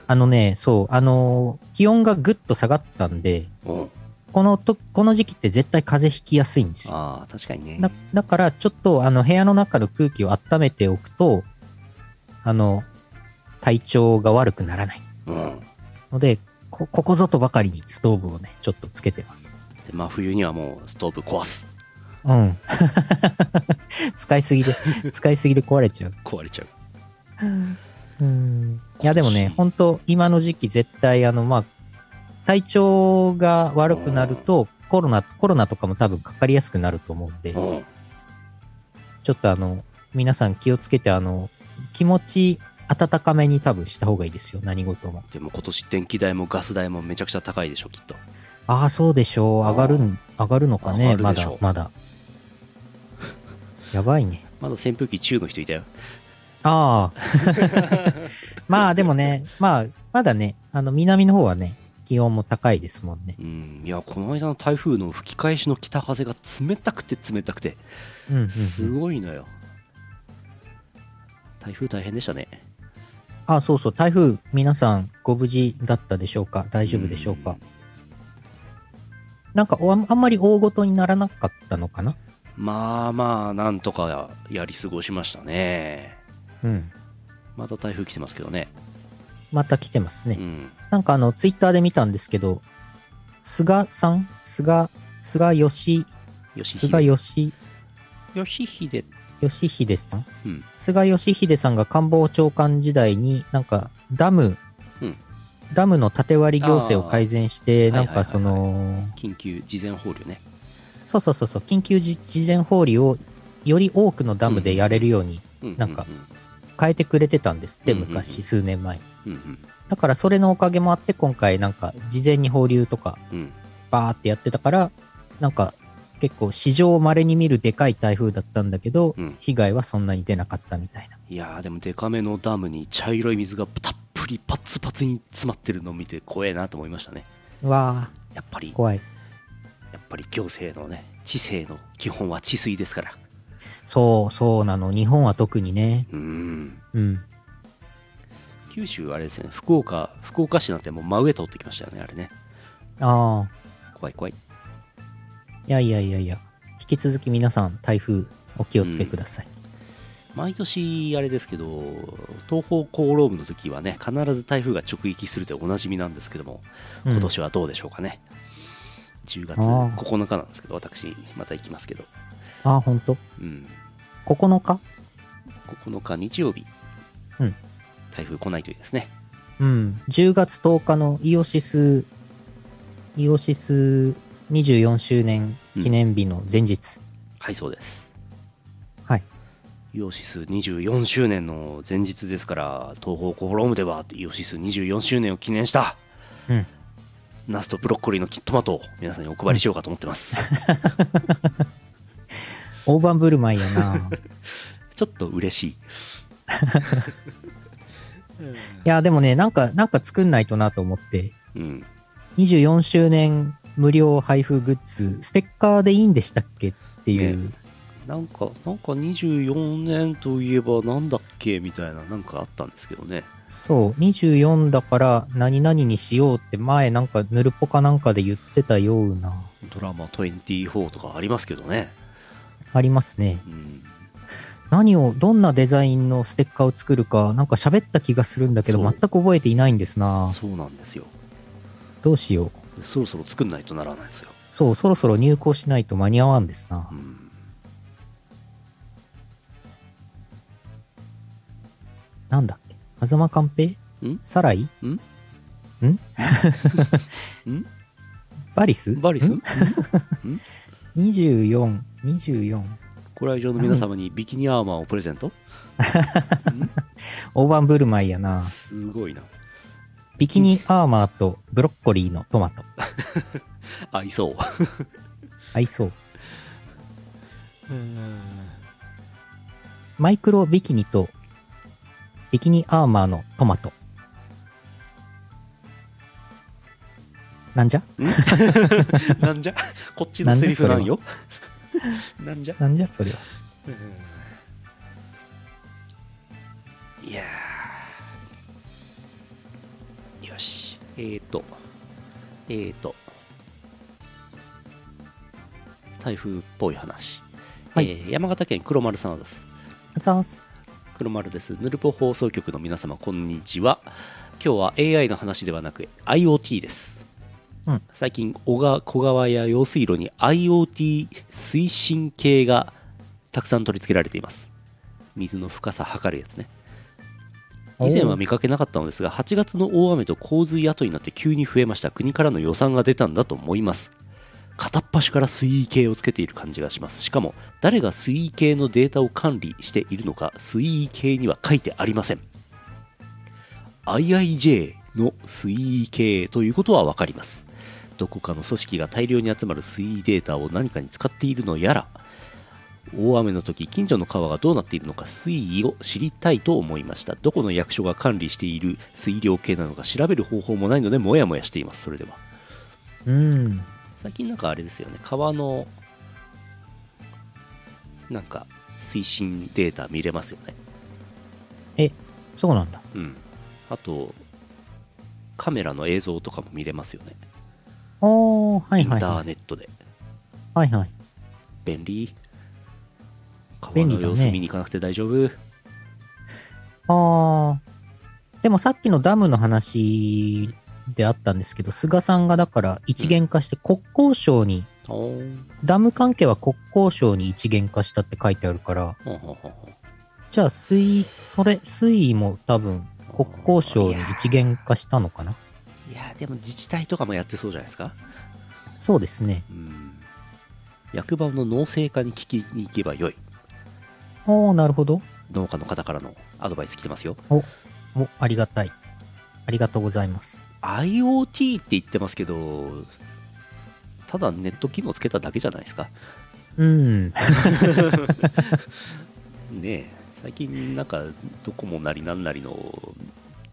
[SPEAKER 1] あのね、そう、あのー気温がぐっと下がったんで、
[SPEAKER 2] うん
[SPEAKER 1] このと、この時期って絶対風邪ひきやすいんですよ。
[SPEAKER 2] ああ確かにね
[SPEAKER 1] だだから、ちょっと、あの、部屋の中の空気を温めておくと、あの、体調が悪くならない。
[SPEAKER 2] うん
[SPEAKER 1] ので、こ、ここぞとばかりにストーブをね、ちょっとつけてます。
[SPEAKER 2] で真冬にはもうストーブ壊す
[SPEAKER 1] うん。 使いすぎ で、使いすぎで壊れちゃう。
[SPEAKER 2] 壊れちゃう
[SPEAKER 1] うんいやでもね、本当今の時期絶対、あの、まあ、体調が悪くなると、コロナ、コロナとかも多分かかりやすくなると思うんで、
[SPEAKER 2] うん。
[SPEAKER 1] ちょっとあの、皆さん気をつけて、あの、気持ち温かめに多分した方がいいですよ、何事も。
[SPEAKER 2] でも今年電気代もガス代もめちゃくちゃ高いでしょ、きっと。
[SPEAKER 1] ああ、そうでしょう。上がるん、上がるのかね、
[SPEAKER 2] 上が
[SPEAKER 1] ま
[SPEAKER 2] るでし
[SPEAKER 1] だ
[SPEAKER 2] ょう、
[SPEAKER 1] まだ。 やばいね。
[SPEAKER 2] まだ扇風機中の人いたよ。
[SPEAKER 1] ああ。 まあでもね、まあ、まだね、あの、南の方はね、気温も高いですもんね。
[SPEAKER 2] うん。いや、この間の台風の吹き返しの北風が冷たくて冷たくて、
[SPEAKER 1] うん、うん。
[SPEAKER 2] すごいのよ。台風大変でしたね。
[SPEAKER 1] ああ、そうそう、台風、皆さんご無事だったでしょうか大丈夫でしょうか、なんかおあん、あんまり大ごとにならなかったのかな
[SPEAKER 2] まあまあ、なんとかやり過ごしましたね。
[SPEAKER 1] うん。
[SPEAKER 2] また台風来てますけどね。
[SPEAKER 1] また来てますね。
[SPEAKER 2] うん。
[SPEAKER 1] なんかあの、ツイッターで見たんですけど、菅さん菅、菅義、
[SPEAKER 2] 吉
[SPEAKER 1] 菅
[SPEAKER 2] 秀。
[SPEAKER 1] 義、
[SPEAKER 2] 吉秀。
[SPEAKER 1] 義秀さん
[SPEAKER 2] うん。
[SPEAKER 1] 菅義偉さんが官房長官時代になんかダム、
[SPEAKER 2] うん
[SPEAKER 1] ダムの縦割り行政を改善して
[SPEAKER 2] あー
[SPEAKER 1] なんか
[SPEAKER 2] はいは
[SPEAKER 1] そ
[SPEAKER 2] いはいはい
[SPEAKER 1] の、
[SPEAKER 2] 緊急事前放流ね。
[SPEAKER 1] そうそうそうそう緊急事事前放流をより多くのダムでやれるように
[SPEAKER 2] うう
[SPEAKER 1] なんか変えてくれてたんですって、
[SPEAKER 2] うんうんうん
[SPEAKER 1] 昔数年前
[SPEAKER 2] うんうん。
[SPEAKER 1] だからそれのおかげもあって今回なんか事前に放流とか
[SPEAKER 2] うん。
[SPEAKER 1] バーってやってたからなんか結構史上まれに見るでかい台風だったんだけど、
[SPEAKER 2] うん
[SPEAKER 1] 被害はそんなに出なかったみたいない
[SPEAKER 2] やーでもデカめのダムに茶色い水がたっぷりパツパツに詰まってるのを見て怖えなと思いましたね
[SPEAKER 1] うわ
[SPEAKER 2] やっぱり
[SPEAKER 1] ー怖い
[SPEAKER 2] やっぱり行政のね知性の基本は治水ですから
[SPEAKER 1] そうそうなの日本は特にね
[SPEAKER 2] うーん
[SPEAKER 1] うん
[SPEAKER 2] 九州あれですよね福岡福岡市なんてもう真上通ってきましたよねあれね
[SPEAKER 1] ああ
[SPEAKER 2] 怖い怖い
[SPEAKER 1] いやいやいやいや引き続き皆さん台風お気をつけください、
[SPEAKER 2] 毎年あれですけど東方航路部の時はね必ず台風が直撃するでおなじみなんですけども
[SPEAKER 1] うん
[SPEAKER 2] 今年はどうでしょうかね、10月
[SPEAKER 1] あー
[SPEAKER 2] 9日なんですけど私また行きますけど
[SPEAKER 1] ああほんと
[SPEAKER 2] うん
[SPEAKER 1] 9日
[SPEAKER 2] 9日日曜日、
[SPEAKER 1] うん
[SPEAKER 2] 台風来ないといいですね
[SPEAKER 1] うん10月10日のイオシスイオシス24周年記念日の前日、
[SPEAKER 2] はいそうです
[SPEAKER 1] はい
[SPEAKER 2] イオシス24周年の前日ですから東方コフォームではイオシス24周年を記念した、
[SPEAKER 1] うん
[SPEAKER 2] ナスとブロッコリーのキットマトを皆さんにお配りしようかと思っ てます、
[SPEAKER 1] 大盤振る舞いや な
[SPEAKER 2] ちょっと嬉 しい
[SPEAKER 1] いやでもねなんかなんか作んないとなと思って
[SPEAKER 2] うん
[SPEAKER 1] 24周年無料配布グッズステッカーでいいんでしたっけっていう、
[SPEAKER 2] なんかなんか24年といえばなんだっけみたいななんかあったんですけどね
[SPEAKER 1] そう、24だから何々にしようって前なんかぬるぽかなんかで言ってたような。
[SPEAKER 2] ドラマ24とかありますけどね、
[SPEAKER 1] ありますね。
[SPEAKER 2] うん、
[SPEAKER 1] 何を、どんなデザインのステッカーを作るか、なんか喋った気がするんだけど、
[SPEAKER 2] そう
[SPEAKER 1] 全く覚えていないんですな。
[SPEAKER 2] そうなんですよ
[SPEAKER 1] どうしよう。
[SPEAKER 2] そろそろ作んないとならないですよ、
[SPEAKER 1] そう、そろそろ入稿しないと間に合わんですな
[SPEAKER 2] う。ん、
[SPEAKER 1] なんだっけ風間寛平
[SPEAKER 2] ん
[SPEAKER 1] サライ
[SPEAKER 2] ん
[SPEAKER 1] んバリス
[SPEAKER 2] バリス
[SPEAKER 1] ん ?24、24。
[SPEAKER 2] ご来場の皆様にビキニアーマーをプレゼント
[SPEAKER 1] 大盤振る舞いやな。
[SPEAKER 2] すごいな
[SPEAKER 1] ビキニアーマーとブロッコリーのトマト。
[SPEAKER 2] 合いそう
[SPEAKER 1] 合いそう。マイクロビキニとビキニアーマーのトマト。なんじゃ
[SPEAKER 2] なんじゃこっちのセリフなんよなんじゃ
[SPEAKER 1] なんじゃそれは。
[SPEAKER 2] いやーよしえーとえーと台風っぽい話、
[SPEAKER 1] はい
[SPEAKER 2] えー山形県黒丸さんです
[SPEAKER 1] あざーす。
[SPEAKER 2] 黒丸です。ヌルポ放送局の皆様、こんにちは。今日は AI の話ではなく IoT です。
[SPEAKER 1] うん
[SPEAKER 2] 最近小川、小川や用水路に IoT 推進系がたくさん取り付けられています。水の深さ測るやつね。以前は見かけなかったのですが8月の大雨と洪水跡になって急に増えました国からの予算が出たんだと思います片っ端から水位計をつけている感じがしますしかも誰が水位計のデータを管理しているのか水位計には書いてありません IIJ の水位計ということは分かりますどこかの組織が大量に集まる水位データを何かに使っているのやら大雨の時近所の川がどうなっているのか水位を知りたいと思いましたどこの役所が管理している水量計なのか調べる方法もないのでモヤモヤしていますそれでは
[SPEAKER 1] うん。
[SPEAKER 2] 最近なんかあれですよね川のなんか水深データ見れますよね
[SPEAKER 1] そうなんだ。
[SPEAKER 2] うんあとカメラの映像とかも見れますよね
[SPEAKER 1] おー、は
[SPEAKER 2] イ
[SPEAKER 1] い
[SPEAKER 2] ン
[SPEAKER 1] はい、
[SPEAKER 2] ター
[SPEAKER 1] はい。
[SPEAKER 2] ネットで
[SPEAKER 1] はいはい。
[SPEAKER 2] 便利川
[SPEAKER 1] 便利
[SPEAKER 2] の
[SPEAKER 1] だね
[SPEAKER 2] 様子見に行かなくて大丈夫
[SPEAKER 1] あー。でもさっきのダムの話であったんですけど、菅さんがだから一元化して国交省に、
[SPEAKER 2] おー
[SPEAKER 1] ダム関係は国交省に一元化したって書いてあるから、
[SPEAKER 2] ほんほんほんほん
[SPEAKER 1] じゃあ水位、それ、水位も多分国交省に一元化したのかない
[SPEAKER 2] やーでも自治体とかもやってそうじゃないですか
[SPEAKER 1] そうですね。
[SPEAKER 2] うん役場の農政課に聞きに行けばよい
[SPEAKER 1] おー、なるほど。
[SPEAKER 2] 農家の方からのアドバイス来てますよ
[SPEAKER 1] お、ありがたい。ありがとうございます。
[SPEAKER 2] IoT って言ってますけどただネット機能つけただけじゃないですか
[SPEAKER 1] うん。
[SPEAKER 2] ねえ最近なんかドコモなりなんなりの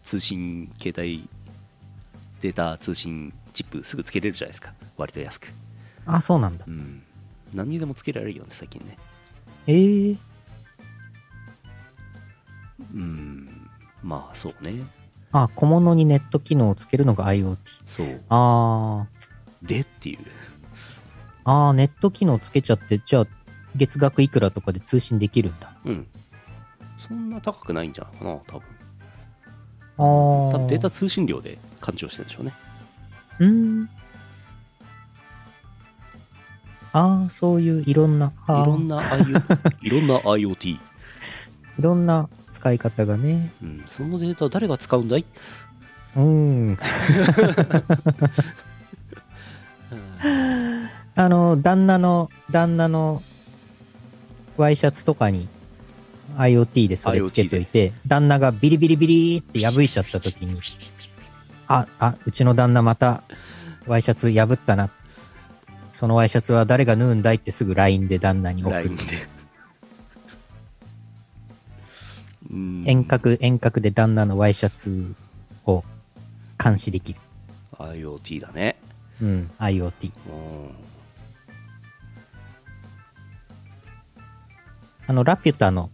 [SPEAKER 2] 通信携帯データ通信チップすぐつけれるじゃないですか割と安く
[SPEAKER 1] あ、そうなんだ
[SPEAKER 2] う。ん何にでもつけられるよね最近ね
[SPEAKER 1] えー、
[SPEAKER 2] うんまあそうね
[SPEAKER 1] あ、小物にネット機能をつけるのが IoT。
[SPEAKER 2] そう
[SPEAKER 1] あー、
[SPEAKER 2] でっていう
[SPEAKER 1] あー、ネット機能つけちゃって、じゃあ、月額いくらとかで通信できるんだ。
[SPEAKER 2] うんそんな高くないんじゃないかな多分
[SPEAKER 1] あ
[SPEAKER 2] 多分デー
[SPEAKER 1] ー
[SPEAKER 2] タ。通信量で勘定してるんでしょうね
[SPEAKER 1] うん。あー、そういういろんな、
[SPEAKER 2] い
[SPEAKER 1] あー
[SPEAKER 2] ろんな IoT いろんな IoT
[SPEAKER 1] いろんな使い方がね。
[SPEAKER 2] うん、そのデータ誰が使うんだい、
[SPEAKER 1] うん。あの、旦那の、旦那のワイシャツとかに IoT でそれ
[SPEAKER 2] IoT
[SPEAKER 1] つけといて、旦那がビリビリビリって破いちゃったときに、あ、あ、うちの旦那またワイシャツ破ったな。そのワイシャツは誰が縫うんだいってすぐ LINE で旦那に送
[SPEAKER 2] LINE
[SPEAKER 1] る
[SPEAKER 2] で。 うん
[SPEAKER 1] 遠隔、遠隔で旦那のワイシャツを監視できる。
[SPEAKER 2] IoT だね、
[SPEAKER 1] うん、IoT。
[SPEAKER 2] うん、
[SPEAKER 1] あの、ラピュタの、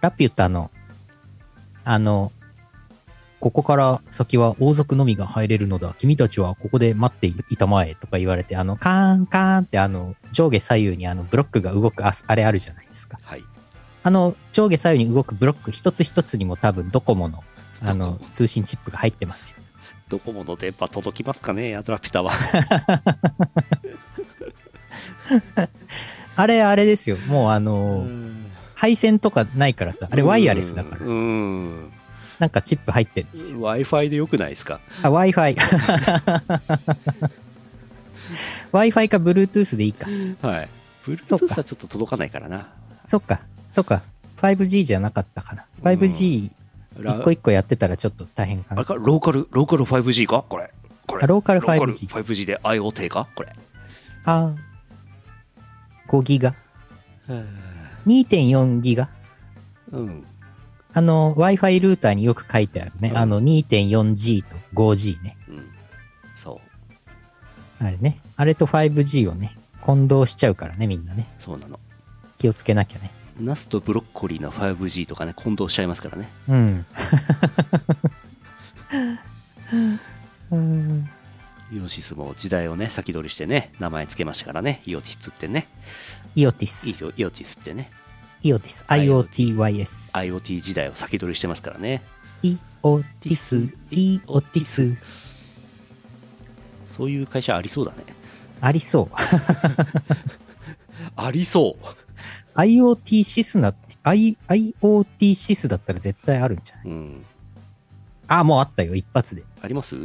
[SPEAKER 1] ラピュタの、あの、ここから先は王族のみが入れるのだ。君たちはここで待っていたまえとか言われて、あの、カーンカーンってあの、上下左右にあの、ブロックが動くあ、あれあるじゃないですか。
[SPEAKER 2] はい
[SPEAKER 1] あの、上下左右に動くブロック一つ一つにも多分ドコモの、あの、通信チップが入ってますよ。
[SPEAKER 2] ドコモの電波届きますかねアトラピュタは
[SPEAKER 1] あれ、あれですよ。もうあの、
[SPEAKER 2] うん
[SPEAKER 1] 配線とかないからさ、あれワイヤレスだから
[SPEAKER 2] う
[SPEAKER 1] さ、
[SPEAKER 2] ん
[SPEAKER 1] なんかチップ入ってるんですよ
[SPEAKER 2] w i f i でよくないですか
[SPEAKER 1] あ、Wi-Fi。Wi-Fi か Bluetooth でいいか。
[SPEAKER 2] はい
[SPEAKER 1] そう
[SPEAKER 2] Bluetooth
[SPEAKER 1] か
[SPEAKER 2] はちょっと届かないからな
[SPEAKER 1] そっか、そっか。5G じゃなかったかな。5G、
[SPEAKER 2] ラ
[SPEAKER 1] 一個一個やってたらちょっと大変か
[SPEAKER 2] あれ
[SPEAKER 1] な。
[SPEAKER 2] かローカルローカル 5G かこれこ
[SPEAKER 1] あ
[SPEAKER 2] れ
[SPEAKER 1] ローカル 5G
[SPEAKER 2] ローカル 5G で IoT かこれ
[SPEAKER 1] あー5ギガ。2.4ギガ。
[SPEAKER 2] うん
[SPEAKER 1] あの、Wi-Fi ルーターによく書いてあるね。
[SPEAKER 2] うん
[SPEAKER 1] あの、2.4G と 5G ね。
[SPEAKER 2] うんそう
[SPEAKER 1] あれね。あれと 5G をね、混同しちゃうからね、みんなね。
[SPEAKER 2] そうなの
[SPEAKER 1] 気をつけなきゃね。
[SPEAKER 2] ナスとブロッコリーの 5G とかね混同しちゃいますからね
[SPEAKER 1] うん。うん
[SPEAKER 2] イオシスも時代をね先取りしてね名前つけましたからねイオティスってね
[SPEAKER 1] イオティス
[SPEAKER 2] いい。よイオティスってね
[SPEAKER 1] イオティス。
[SPEAKER 2] IoT
[SPEAKER 1] IoTYS。
[SPEAKER 2] IoT 時代を先取りしてますからね
[SPEAKER 1] イオティス。イオティス。
[SPEAKER 2] そういう会社ありそうだね
[SPEAKER 1] ありそう。
[SPEAKER 2] ありそう
[SPEAKER 1] IoT シスナって I、IoT シスだったら絶対あるんじゃない
[SPEAKER 2] うん。
[SPEAKER 1] あ、もうあったよ、一発で。
[SPEAKER 2] あります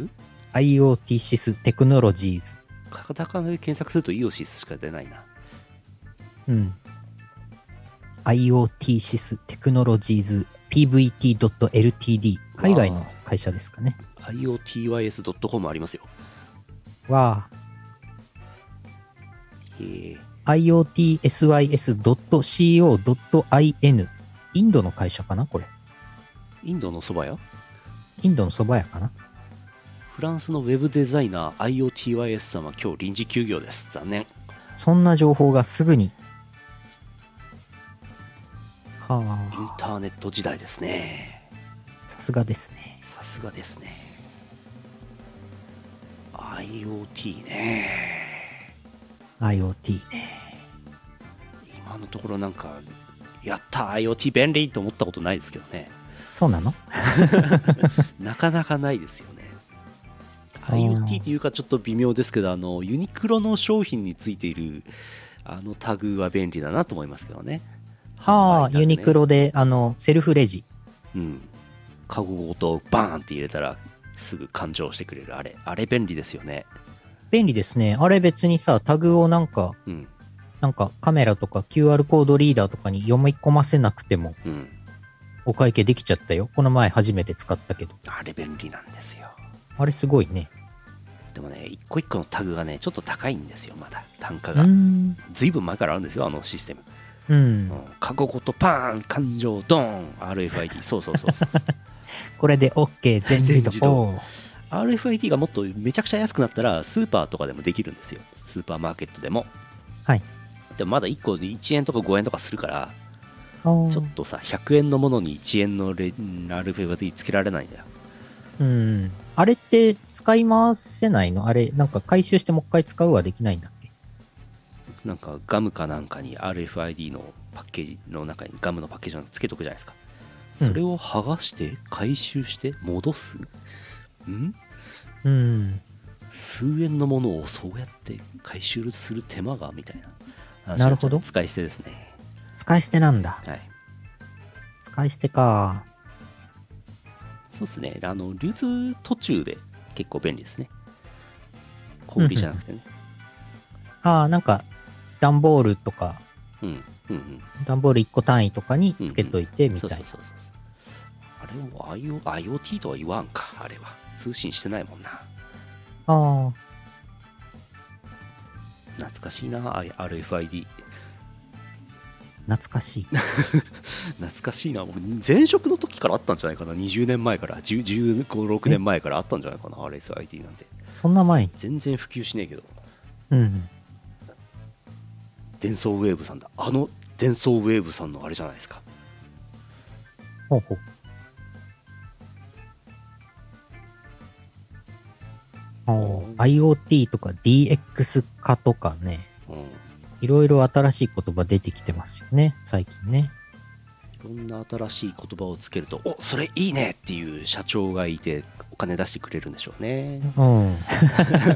[SPEAKER 1] IoT システクノロジーズ。
[SPEAKER 2] カタカナで検索するとイオシスしか出ないな。
[SPEAKER 1] うん。IoT システクノロジーズ PVT.LTD。海外の会社ですかね。
[SPEAKER 2] iotys.com ありますよ。
[SPEAKER 1] は、
[SPEAKER 2] へえ。
[SPEAKER 1] IoTSYS.co.in。インドの会社かなこれ。
[SPEAKER 2] インドのそばや
[SPEAKER 1] インドのそば屋かな
[SPEAKER 2] フランスのウェブデザイナー IoTYS 様今日臨時休業です。残念。
[SPEAKER 1] そんな情報がすぐに。は
[SPEAKER 2] イン
[SPEAKER 1] あ、
[SPEAKER 2] ターネット時代ですね。
[SPEAKER 1] さすがですね。
[SPEAKER 2] さすがですね。IoT ね。
[SPEAKER 1] IoT。
[SPEAKER 2] 今のところなんか、やった IoT 便利と思ったことないですけどね。
[SPEAKER 1] そうなの
[SPEAKER 2] なかなかないですよね。
[SPEAKER 1] ー
[SPEAKER 2] IoT っていうかちょっと微妙ですけど、あのユニクロの商品についているあのタグは便利だなと思いますけどね。
[SPEAKER 1] あ
[SPEAKER 2] 販
[SPEAKER 1] あ、
[SPEAKER 2] 売タグね
[SPEAKER 1] ユニク。ロで、あの、セルフレジ。
[SPEAKER 2] うん。カゴごとバーンって入れたらすぐ勘定してくれるあれ。あれ便利ですよね。
[SPEAKER 1] 便利ですね。あれ別にさ、タグをなんか、
[SPEAKER 2] うん。
[SPEAKER 1] なんかカメラとか QR コードリーダーとかに読み込ませなくても
[SPEAKER 2] うん。
[SPEAKER 1] お会計できちゃったよ。この前初めて使ったけど。
[SPEAKER 2] あれ便利なんですよ。
[SPEAKER 1] あれすごいね。
[SPEAKER 2] でもね、一個一個のタグがね、ちょっと高いんですよ、まだ。単価
[SPEAKER 1] うー
[SPEAKER 2] が。
[SPEAKER 1] ん。
[SPEAKER 2] ずいぶん前からあるんですよ、あのシステム。
[SPEAKER 1] う。
[SPEAKER 2] うんん。カゴごとパーン勘定ドーン !RFID。そうそうそうそうそう。
[SPEAKER 1] これで OK、全
[SPEAKER 2] 全
[SPEAKER 1] 自動。
[SPEAKER 2] 自動 RFID がもっとめちゃくちゃ安くなったらスーパーとかでもできるんですよスーパーマーケットでも
[SPEAKER 1] はい
[SPEAKER 2] でもまだ1個1円とか5円とかするから
[SPEAKER 1] おー
[SPEAKER 2] ちょっとさ100円のものに1円のレ RFID つけられないんだよ
[SPEAKER 1] うん。あれって使い回せないのあれ、なんか回収してもう一回使うはできないんだっけ
[SPEAKER 2] なんかガムかなんかに RFID のパッケージの中にガムのパッケージの中につけとくじゃないですか
[SPEAKER 1] うん
[SPEAKER 2] それを剥がして回収して戻すん
[SPEAKER 1] うん。
[SPEAKER 2] 数円のものをそうやって回収する手間がみたいな話
[SPEAKER 1] なるほど
[SPEAKER 2] 使い捨てですね
[SPEAKER 1] 使い捨てなんだ。
[SPEAKER 2] はい
[SPEAKER 1] 使い捨てか。
[SPEAKER 2] そうですね。あの、流通途中で結構便利ですね。小売りじゃなくてね。
[SPEAKER 1] ああ、なんか、段ボールとか、
[SPEAKER 2] うん。うんうん。
[SPEAKER 1] 段ボール1個単位とかにつけといてみ
[SPEAKER 2] そう
[SPEAKER 1] た
[SPEAKER 2] そう
[SPEAKER 1] い
[SPEAKER 2] そう
[SPEAKER 1] な。
[SPEAKER 2] そう。あれを IO IoT とは言わんか、あれは。通信してないもんな。
[SPEAKER 1] ああ、
[SPEAKER 2] 懐かしいな、I- RFID。
[SPEAKER 1] 懐か しい。
[SPEAKER 2] 懐かしいな。もう前職の時からあったんじゃないかな。20年前から、10 15、6年前からあったんじゃないかな、RFID なんて。
[SPEAKER 1] そんな前に。
[SPEAKER 2] 全然普及しねえけど。
[SPEAKER 1] うん。
[SPEAKER 2] 伝送ウェーブさんだ。あの伝送ウェーブさんのあれじゃないですか。
[SPEAKER 1] ほうほう。おー IoT とか DX 化とかね、
[SPEAKER 2] うん。
[SPEAKER 1] いろいろ新しい言葉出てきてますよね、最近ね。
[SPEAKER 2] いろんな新しい言葉をつけると、おそれいいねっていう社長がいて、お金出してくれるんでしょうね。
[SPEAKER 1] うん。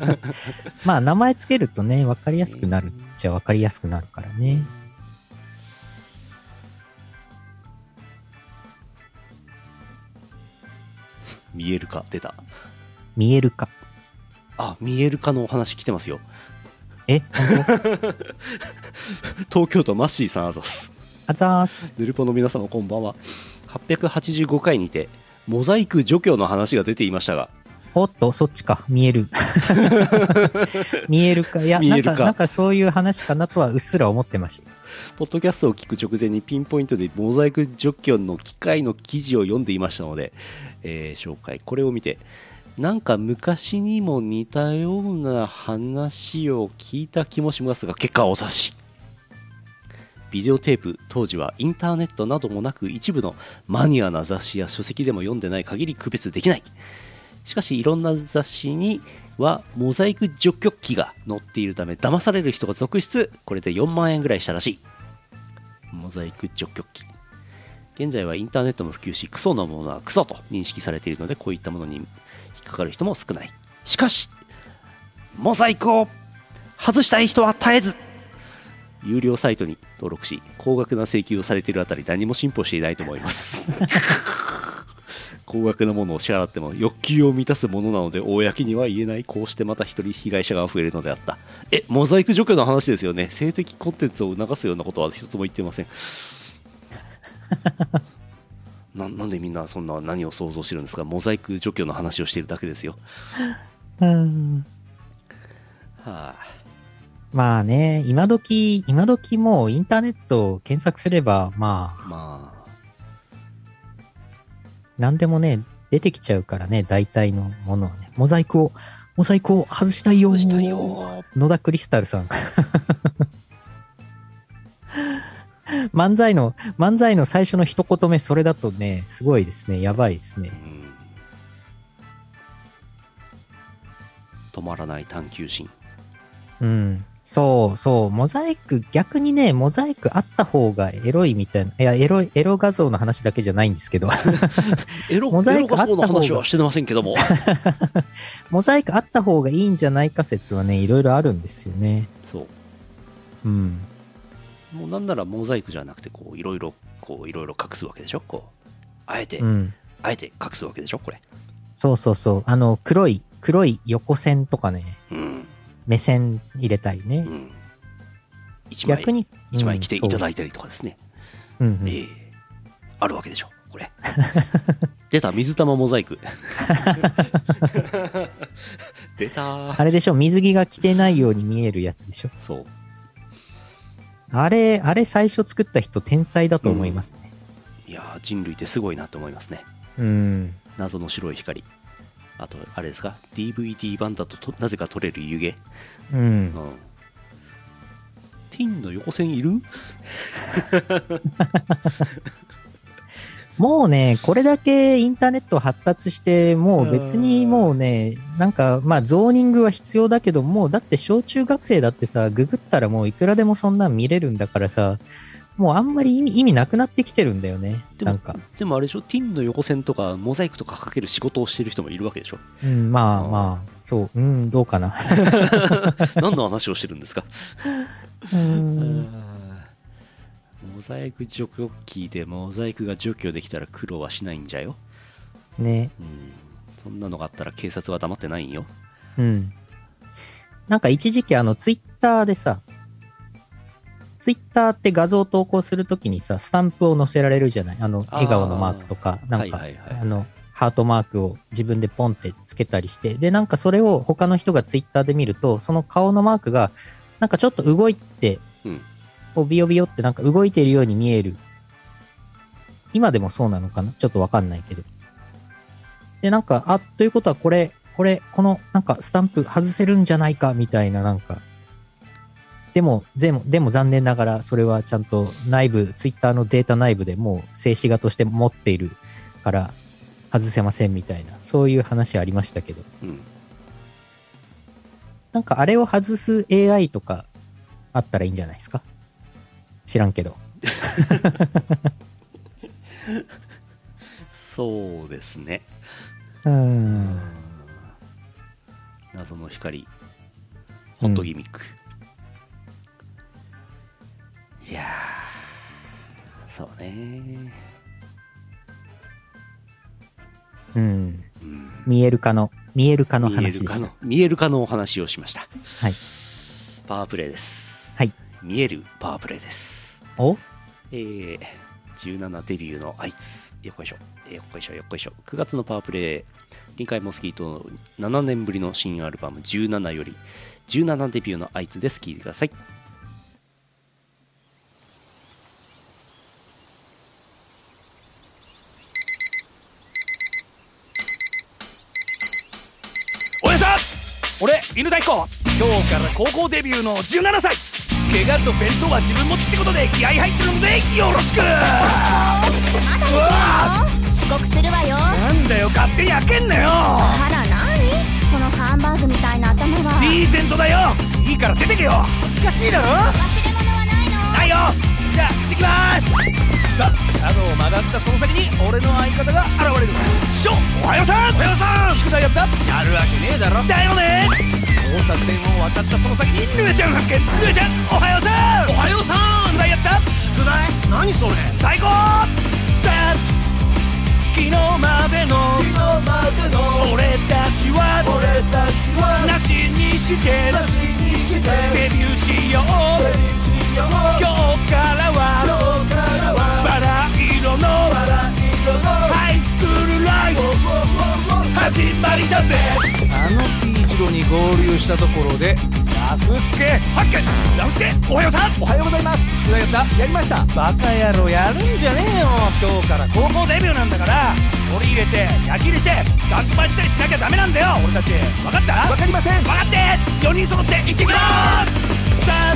[SPEAKER 1] まあ、名前つけるとね、わかりやすくなるっちゃわかりやすくなるからね。
[SPEAKER 2] 見える化、出た。
[SPEAKER 1] 見える化。
[SPEAKER 2] あ、見える化のお話来てますよ。
[SPEAKER 1] え、本当
[SPEAKER 2] 東京都マッシーさん、あざす。
[SPEAKER 1] あざーす。
[SPEAKER 2] ヌルポの皆様、こんばんは。885回にて、モザイク除去の話が出ていましたが、
[SPEAKER 1] おっと、そっちか。見え る。見えるか。いや、
[SPEAKER 2] 見
[SPEAKER 1] な
[SPEAKER 2] え
[SPEAKER 1] ん
[SPEAKER 2] る化
[SPEAKER 1] か、なんかそういう話かなとはうっすら思ってました。
[SPEAKER 2] ポッドキャストを聞く直前にピンポイントでモザイク除去の機械の記事を読んでいましたので、えー紹介これを見てなんか昔にも似たような話を聞いた気もしますが結果はお察しビデオテープ当時はインターネットなどもなく一部のマニアな雑誌や書籍でも読んでない限り区別できないしかしいろんな雑誌にはモザイク除去機が載っているため騙される人が続出これで4万円ぐらいしたらしいモザイク除去機現在はインターネットも普及しクソなものはクソと認識されているのでこういったものに引っかかる人も少ないしかしモザイクを外したい人は絶えず有料サイトに登録し高額な請求をされているあたり何も進歩していないと思います高額なものを支払っても欲求を満たすものなので公には言えないこうしてまた一人被害者が増えるのであったえモザイク除去の話ですよね性的コンテンツを促すようなことは一つも言ってませ んななんでみんなそんな何を想像してるんですかモザイク除去の話をしているだけですよ
[SPEAKER 1] うん
[SPEAKER 2] はあ
[SPEAKER 1] まあね、今時、今時もうインターネットを検索すれば、まあ、
[SPEAKER 2] まあ
[SPEAKER 1] 何でもね、出てきちゃうからね、大体のものはね。モザイクを、モザイクを外したいよ。
[SPEAKER 2] どうしたいよ
[SPEAKER 1] 野田クリスタルさん。 漫才の、漫才の最初の一言目、それだとね、すごいですね。やばいですね。
[SPEAKER 2] うん止まらない探求心
[SPEAKER 1] うん。そうそう。モザイク、逆にね、モザイクあった方がエロいみたいな。いや、エロい、エロ画像の話だけじゃないんですけど。
[SPEAKER 2] エロ
[SPEAKER 1] モザ
[SPEAKER 2] エロ
[SPEAKER 1] イクあ
[SPEAKER 2] 画
[SPEAKER 1] った
[SPEAKER 2] 像
[SPEAKER 1] 方が
[SPEAKER 2] の話はしてませんけ ども
[SPEAKER 1] モザイクあった方がいいんじゃないか説はね、いろいろあるんですよね。
[SPEAKER 2] そ
[SPEAKER 1] うん。
[SPEAKER 2] うもうなんならモザイクじゃなくてこういろいろこういろいろ隠すわけでしょこうあえて、
[SPEAKER 1] うん。
[SPEAKER 2] あえて隠すわけでしょこれ
[SPEAKER 1] そうそうそう。あの、黒い、黒い横線とかね、
[SPEAKER 2] うん
[SPEAKER 1] 目線入れたりね
[SPEAKER 2] う。ん一枚
[SPEAKER 1] 逆に。
[SPEAKER 2] 一枚着ていた
[SPEAKER 1] い
[SPEAKER 2] だいたりとかですね、
[SPEAKER 1] うんそううんうん
[SPEAKER 2] ええあるわけでしょこれ 出た水玉モザイ ク出た
[SPEAKER 1] あれでしょ水着が着てないように見えるやつでしょ
[SPEAKER 2] そう
[SPEAKER 1] あれ、あれ最初作った人天才だと思いますね。
[SPEAKER 2] いやー人類ってすごいなと思いますね
[SPEAKER 1] うん。
[SPEAKER 2] 謎の白い光あとあれですか DVD 版だととなぜか撮れる湯気
[SPEAKER 1] う。
[SPEAKER 2] うんんティンの横線いる
[SPEAKER 1] もうね、これだけインターネット発達して、もう別にもうね、なんか、まあ、ゾーニングは必要だけど、もうだって小中学生だってさ、ググったらもういくらでもそんなん見れるんだからさ、もうあんまり意味意味なくなってきてるんだよね。
[SPEAKER 2] でも
[SPEAKER 1] なんか。
[SPEAKER 2] でもあれでしょティンの横線とかモザイクとかかける仕事をしてる人もいるわけでしょ
[SPEAKER 1] うん、まあ
[SPEAKER 2] あー
[SPEAKER 1] まあ、そう、うん、どうかな。
[SPEAKER 2] 何の話をしてるんですか
[SPEAKER 1] う
[SPEAKER 2] あ
[SPEAKER 1] ん
[SPEAKER 2] ーモザイク除去機でモザイクが除去できたら苦労はしないんじゃよ、
[SPEAKER 1] ね、
[SPEAKER 2] うん、そんなのがあったら警察は黙ってないんよ
[SPEAKER 1] うん。なんか一時期、あの、ツイッターでさ、ツイッターって画像投稿するときにさ、スタンプを載せられるじゃないあの、
[SPEAKER 2] あー
[SPEAKER 1] 笑顔のマークとか、なんか、
[SPEAKER 2] はいはいはい
[SPEAKER 1] あの、ハートマークを自分でポンってつけたりして、で、なんかそれを他の人がツイッターで見ると、その顔のマークが、なんかちょっと動いて、
[SPEAKER 2] うん
[SPEAKER 1] こうビヨビヨってなんか動いているように見える。今でもそうなのかなちょっとわかんないけど。で、なんか、あ、ということはこれ、これ、この、なんか、スタンプ外せるんじゃないか、みたいな、なんか。でも、でも、でも残念ながら、それはちゃんと内部、ツイッターのデータ内部でもう静止画として持っているから、外せません、みたいな、そういう話ありましたけど。
[SPEAKER 2] うん
[SPEAKER 1] なんか、あれを外す AI とか、あったらいいんじゃないですか知らんけど。
[SPEAKER 2] そうですね
[SPEAKER 1] うーん。
[SPEAKER 2] 謎の光ホットギミック、いやーそうね
[SPEAKER 1] うん。
[SPEAKER 2] うん
[SPEAKER 1] 見える化の、見える化の
[SPEAKER 2] 見え
[SPEAKER 1] 話
[SPEAKER 2] る
[SPEAKER 1] で
[SPEAKER 2] か
[SPEAKER 1] した
[SPEAKER 2] の。見えるかのお話をしました
[SPEAKER 1] はい
[SPEAKER 2] パワープレイです
[SPEAKER 1] はい
[SPEAKER 2] 見えるパワープレイです
[SPEAKER 1] お
[SPEAKER 2] えー、17デビューのあいつよっこいしょえーよっこいしょよっこいしょ9月のパワープレイ臨海モスキートの7年ぶりの新アルバム17より17デビューのあいつです聴いてください
[SPEAKER 4] 俺さ俺犬太鼓今日から高校デビューの17歳怪我と弁当は自分持ちってことで気合入ってるのでよろしく
[SPEAKER 5] まだ寝てる
[SPEAKER 4] うわ
[SPEAKER 5] の遅刻するわよ
[SPEAKER 4] なんだよ勝手に開けんなよ
[SPEAKER 5] あら何そのハンバーグみたいな頭は忘れ
[SPEAKER 4] リーゼントだよいいから出てけよ恥ずかしいだろ
[SPEAKER 5] 物はないの
[SPEAKER 4] ないよじゃあ行ってきますさあ角を曲がったその先に俺の相方が現れる師匠おはようさんおはようさん宿題やったやるわけねえだろだよね交差点を渡ったその先にぬえちゃん発見ぬえちゃんおはようさんおははようさん宿題やった宿題何それ最高さあ昨日までの昨日までの俺たちは俺たちはなしにしてなしにしてデビューしようデビューしよう今日からは今日からはバラ色のバラ色のハイスクールライフ始まりだぜ
[SPEAKER 6] あの P 字路に合流したところで
[SPEAKER 4] ラフスケ発見ラフスケおはようさん
[SPEAKER 6] おはようございます宿題やったやりましたバカ野郎やるんじゃねえよ今日から
[SPEAKER 4] 高校デビューなんだから取り入れて焼き入れて学ばしたりしなきゃダメなんだよ俺たち分かった
[SPEAKER 6] わかりませ
[SPEAKER 4] 分
[SPEAKER 6] ん
[SPEAKER 4] かって4人揃って行ってきますさあ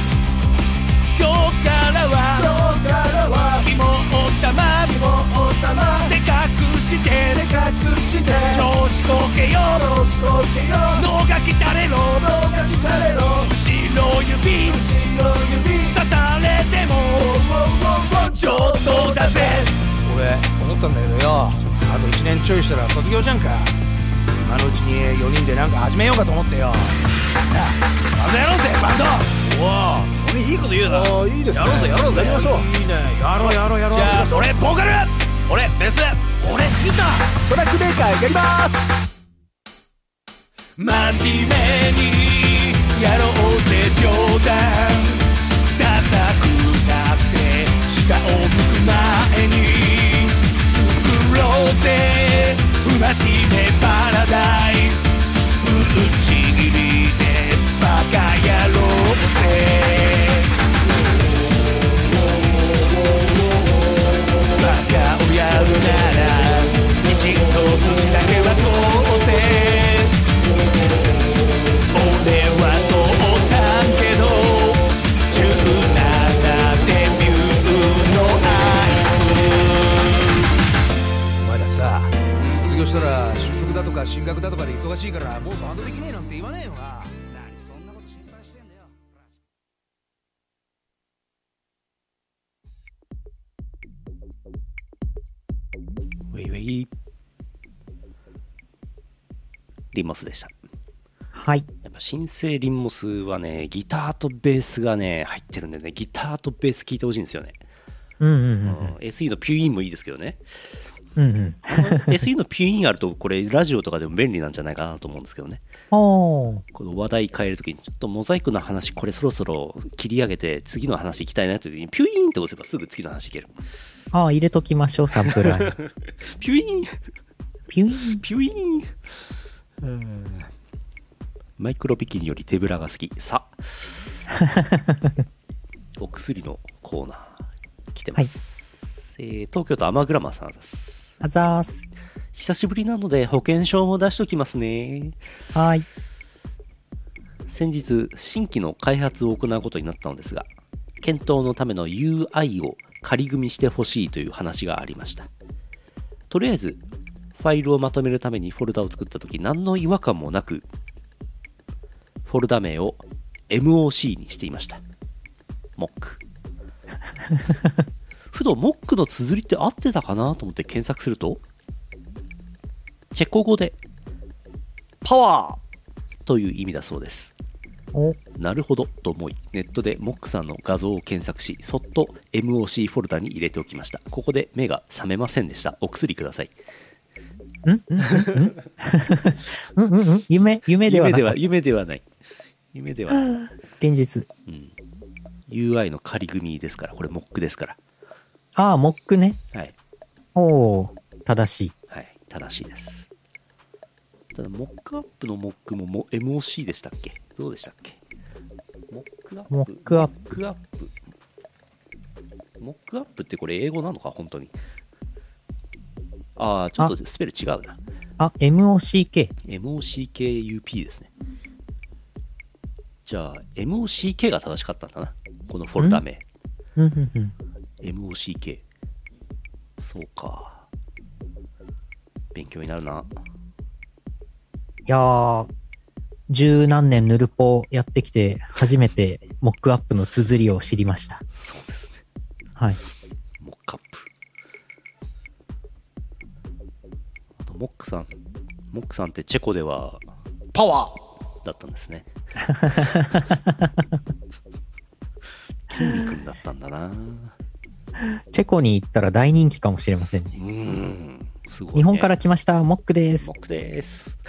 [SPEAKER 4] 今日からは今日からは肝を玉肝を玉でかくしてでかくして調子こけよ調子こけよ脳がきたれろ脳がきたれろ後ろ指後ろ指刺されても上等だぜ
[SPEAKER 6] 俺思ったんだけどよあと1年ちょいしたら卒業じゃんか今のうちに4人でなんか始めようかと思って
[SPEAKER 4] バ
[SPEAKER 6] よ
[SPEAKER 4] ンドやろうぜバンドおお俺いいこと言うな
[SPEAKER 6] あいいです
[SPEAKER 4] やろうぜやろうぜ
[SPEAKER 6] やりましょういいねやろうやろうやろう
[SPEAKER 4] じゃあ俺ボーカル俺ベース俺ギター
[SPEAKER 6] トラックメーカーやります
[SPEAKER 4] 真面目にやろうぜ冗談ダサくなって下を向く前に作ろうぜ不真面目パラダイスぶっちぎりでバカ野郎ぜバカをやるならきちんと筋だけは通せ俺は父さんけど17デビューのアイ
[SPEAKER 6] お前らさ卒業したら就職だとか進学だとかで忙しいからもうバンドできねえなんて言わねえよな何そんなこと心配してんだよ
[SPEAKER 2] ウェイウェイリンモスでした
[SPEAKER 1] はい。
[SPEAKER 2] やっぱ新生リンモスはねギターとベースがね入ってるんでねギターとベース聴いてほしいんですよね、
[SPEAKER 1] うんうん
[SPEAKER 2] うん SE のピュインもいいですけどね
[SPEAKER 1] うん。うんうん。
[SPEAKER 2] SE のピュインあるとこれラジオとかでも便利なんじゃないかなと思うんですけどね
[SPEAKER 1] おー。
[SPEAKER 2] この話題変えるときにちょっとモザイクの話これそろそろ切り上げて次の話行きたいなって時にピュイーンって押せばすぐ次の話いける
[SPEAKER 1] ああ、入れときましょう、サンプラーに。
[SPEAKER 2] ピュイーン
[SPEAKER 1] ピュイーン。
[SPEAKER 2] ピュイーンマイクロビキニより手ぶらが好き さお薬のコーナー来てます、えー東京都アマグラマさんです
[SPEAKER 1] あざーす。
[SPEAKER 2] 久しぶりなので保険証も出しときますね
[SPEAKER 1] はーい。
[SPEAKER 2] 先日新規の開発を行うことになったのですが検討のための UI を仮組みしてほしいという話がありましたとりあえずファイルをまとめるためにフォルダを作った時何の違和感もなくフォルダ名を MOC にしていました MOC ふと MOC の綴りって合ってたかなと思って検索するとチェコ語でパワーという意味だそうです
[SPEAKER 1] お、
[SPEAKER 2] なるほどと思い、ネットでモックさんの画像を検索し、そっと MOC フォルダに入れておきました。ここで目が覚めませんでした。お薬ください。
[SPEAKER 1] うんうんうん。夢、夢では
[SPEAKER 2] 夢
[SPEAKER 1] な
[SPEAKER 2] で
[SPEAKER 1] く
[SPEAKER 2] は、夢ではない。夢ではない。
[SPEAKER 1] 現実。
[SPEAKER 2] うん、UI の仮組みですから、これモックですから。
[SPEAKER 1] ああ、モックね。
[SPEAKER 2] はい。
[SPEAKER 1] おー、正しい。
[SPEAKER 2] はい。正しいです。ただ、モックアップのモックもも MOC でしたっけどうでしたっけモックアップ。
[SPEAKER 1] モックアップ
[SPEAKER 2] モックアップ。モックアップってこれ英語なのか本当に。ああ、ちょっとスペル違うな。
[SPEAKER 1] あ、MOCK。
[SPEAKER 2] MOCKUP ですね。じゃあ、MOCK が正しかったんだな。このフォルダ名。
[SPEAKER 1] うんうんうん。
[SPEAKER 2] MOCK。そうか。勉強になるな。
[SPEAKER 1] いやー、十何年ヌルポやってきて、初めてモックアップの綴りを知りました。
[SPEAKER 2] そうですね。
[SPEAKER 1] はい。
[SPEAKER 2] モックアップ。あと、モックさん。モックさんってチェコでは、パワ ーだったんですね。筋肉にったんだな。
[SPEAKER 1] チェコに行ったら大人気かもしれませんね。
[SPEAKER 2] うん。すごい、ね。
[SPEAKER 1] 日本から来ました、モックです
[SPEAKER 2] モ。ックです。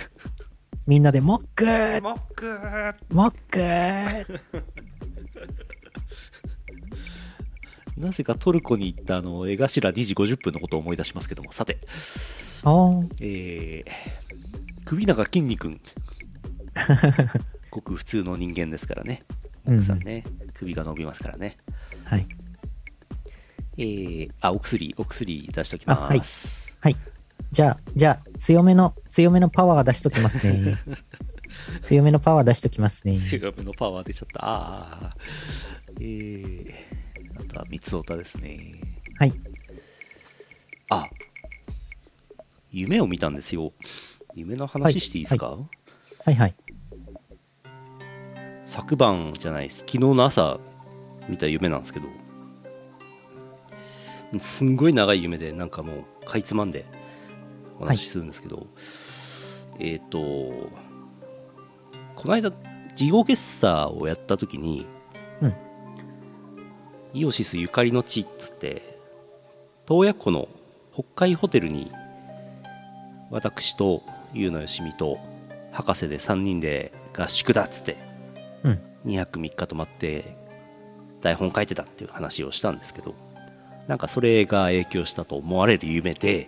[SPEAKER 1] みんなでモック
[SPEAKER 2] モック
[SPEAKER 1] モック
[SPEAKER 2] なぜかトルコに行ったあの江頭2時50分のことを思い出しますけども、さて、
[SPEAKER 1] おー
[SPEAKER 2] えー、首長筋 肉君。ごく普通の人間ですからね。
[SPEAKER 1] うん
[SPEAKER 2] 奥さんね、首が伸びますからね。
[SPEAKER 1] はい。
[SPEAKER 2] えー、あ、お薬、お薬出しておき
[SPEAKER 1] あはい
[SPEAKER 2] ます。
[SPEAKER 1] はい。じゃあ、じゃあ、強めの、強めのパワー出しときます ね。強めのパワー出しときますね。
[SPEAKER 2] 強めのパワー出ちゃった。あーえー、あとは三つおたですね。
[SPEAKER 1] はい。
[SPEAKER 2] あ夢を見たんですよ。夢の話していいですか、
[SPEAKER 1] はいはい。
[SPEAKER 2] 昨晩じゃないです。昨日の朝見た夢なんですけど、すんごい長い夢で、なんかもう、かいつまんでお話しするんですけど、えっ、と、この間、事業決査をやった時に、
[SPEAKER 1] うん
[SPEAKER 2] イオシスゆかりの地っつって、洞爺湖の北海ホテルに、私と、ゆうのよしみと、博士で3人で合宿だっつって、
[SPEAKER 1] うん。
[SPEAKER 2] 2泊3日泊まって台本書いてたっていう話をしたんですけどなんかそれが影響したと思われる夢で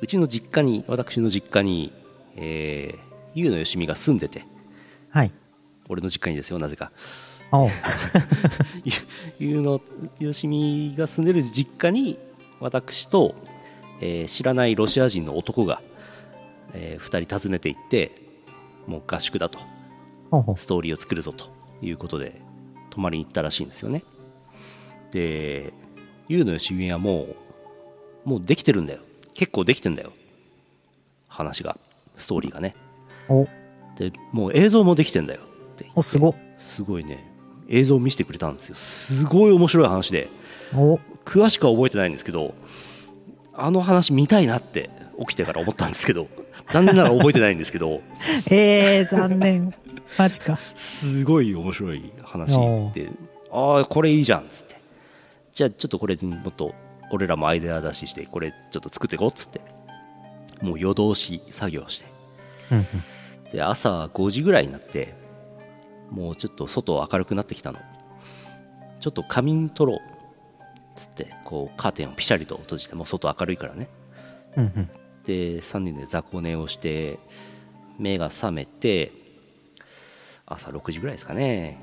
[SPEAKER 2] うちの実家に私の実家に、えー、ゆうのよしみが住んでて
[SPEAKER 1] はい。
[SPEAKER 2] 俺の実家にですよなぜか
[SPEAKER 1] おう
[SPEAKER 2] ゆゆうのよしみが住んでる実家に私と、えー知らないロシア人の男が、え2人訪ねて行ってもう合宿だと
[SPEAKER 1] ほうほう。
[SPEAKER 2] ストーリーを作るぞということで泊まりに行ったらしいんですよねでゆうのよしみはもうもうできてるんだよ結構できてんだよ話がストーリーがね
[SPEAKER 1] お、
[SPEAKER 2] でもう映像もできてんだよって
[SPEAKER 1] お、すごっ。
[SPEAKER 2] すごいね映像を見せてくれたんですよすごい面白い話で
[SPEAKER 1] お、
[SPEAKER 2] 詳しくは覚えてないんですけどあの話見たいなって起きてから思ったんですけど残念ながら覚えてないんですけど
[SPEAKER 1] えー、残念。マジか。
[SPEAKER 2] すごい面白い話で、ああ、これいいじゃんっつって、じゃあちょっとこれ、もっと俺らもアイデア出しして、これちょっと作っていこうっつって、もう夜通し作業して、
[SPEAKER 1] うんうん。
[SPEAKER 2] で朝5時ぐらいになって、もうちょっと外明るくなってきたの、ちょっと仮眠取ろうっつって、こうカーテンをピシャリと閉じて、もう外明るいからね、
[SPEAKER 1] うんうん。
[SPEAKER 2] で3人で雑魚寝をして目が覚めて朝6時ぐらいですかね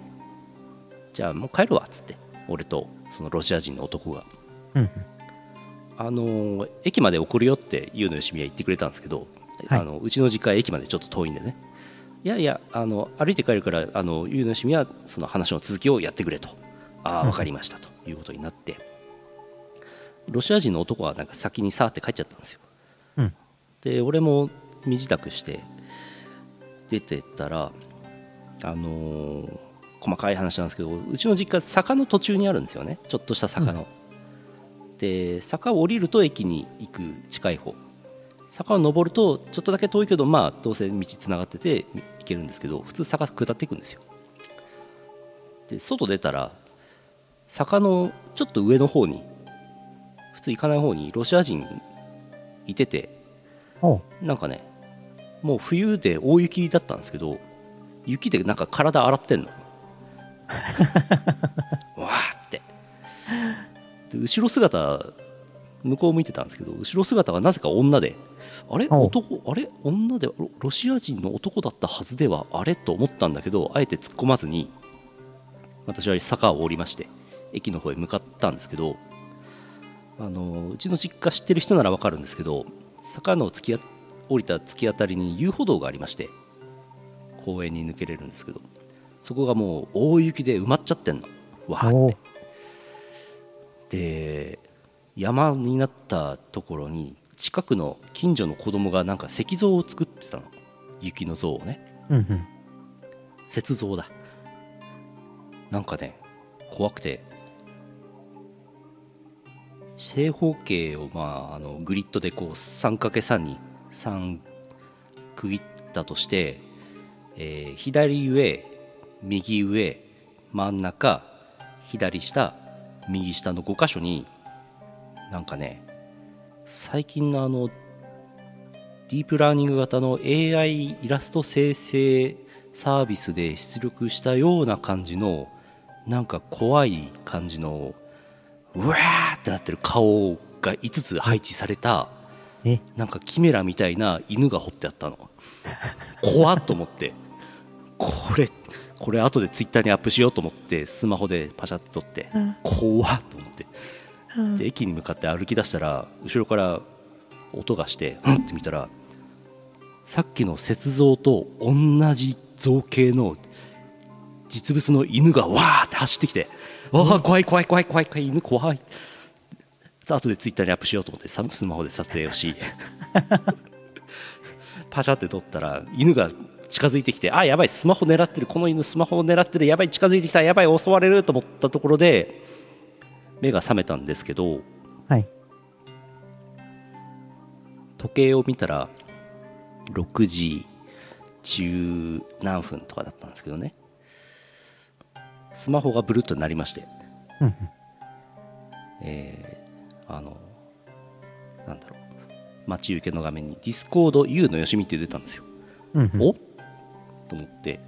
[SPEAKER 2] じゃあもう帰るわっつって俺とそのロシア人の男が
[SPEAKER 1] うん
[SPEAKER 2] あのー駅まで送るよってゆうのよしみは言ってくれたんですけど、
[SPEAKER 1] はい
[SPEAKER 2] あのうちの実家は駅までちょっと遠いんでねいやいやあの歩いて帰るからあのゆうのよしみはその話の続きをやってくれとああ
[SPEAKER 1] うん
[SPEAKER 2] 分かりましたということになって、ロシア人の男はなんか先にさーって帰っちゃったんですよ
[SPEAKER 1] うん。うん。
[SPEAKER 2] で俺も身支度して出てったらあのー細かい話なんですけどうちの実家坂の途中にあるんですよねちょっとした坂の、で坂を降りると駅に行く近い方坂を登るとちょっとだけ遠いけどまあどうせ道つながってて行けるんですけど普通坂下っていくんですよで外出たら坂のちょっと上の方に普通行かない方にロシア人いてて
[SPEAKER 1] おう
[SPEAKER 2] なんかねもう冬で大雪だったんですけど雪でなんか体洗ってんのわーってで後ろ姿向こう向いてたんですけど後ろ姿がなぜか女であれ
[SPEAKER 1] おう
[SPEAKER 2] 男あれ女でロロシア人の男だったはずではあれと思ったんだけどあえて突っ込まずに私は坂を降りまして駅の方へ向かったんですけどあのうちの実家知ってる人ならわかるんですけど坂の突きあ降りた突き当たりに遊歩道がありまして公園に抜けれるんですけどそこがもう大雪で埋まっちゃってんのわー
[SPEAKER 1] お
[SPEAKER 2] っ
[SPEAKER 1] う
[SPEAKER 2] てで山になったところに近くの近所の子供がなんか石像を作ってたの雪の像をね
[SPEAKER 1] うんうん。
[SPEAKER 2] 雪像だなんかね怖くて正方形をまああのグリッドでこう 3×3 に3区切ったとして、えー左上右上真ん中左下右下の5箇所になんかね最近のあのディープラーニング型の AI イラスト生成サービスで出力したような感じのなんか怖い感じのうわーってなってる顔が5つ配置された
[SPEAKER 1] え
[SPEAKER 2] なんかキメラみたいな犬が掘ってあったの怖っと思ってこれこれ後でツイッターにアップしようと思ってスマホでパシャって撮って怖っと思ってで駅に向かって歩き出したら後ろから音がしてうんって見たらさっきの雪像と同じ造形の実物の犬がわーって走ってきて「わあ怖い怖い怖い怖い怖い犬怖い」あとでツイッターにアップしようと思ってさスマホで撮影をしパシャって撮ったら犬が近づいてきて「あやばいスマホ狙ってるこの犬スマホを狙ってるやばい近づいてきたやばい襲われる」と思ったところで目が覚めたんですけど
[SPEAKER 1] はい。
[SPEAKER 2] 時計を見たら6時10何分とかだったんですけどねスマホがブルッとなりまして
[SPEAKER 1] うんうん。
[SPEAKER 2] えーあのなんだろう待ち受けの画面に「ディスコード U のよしみ」って出たんですよ、
[SPEAKER 1] うんうん
[SPEAKER 2] おと思って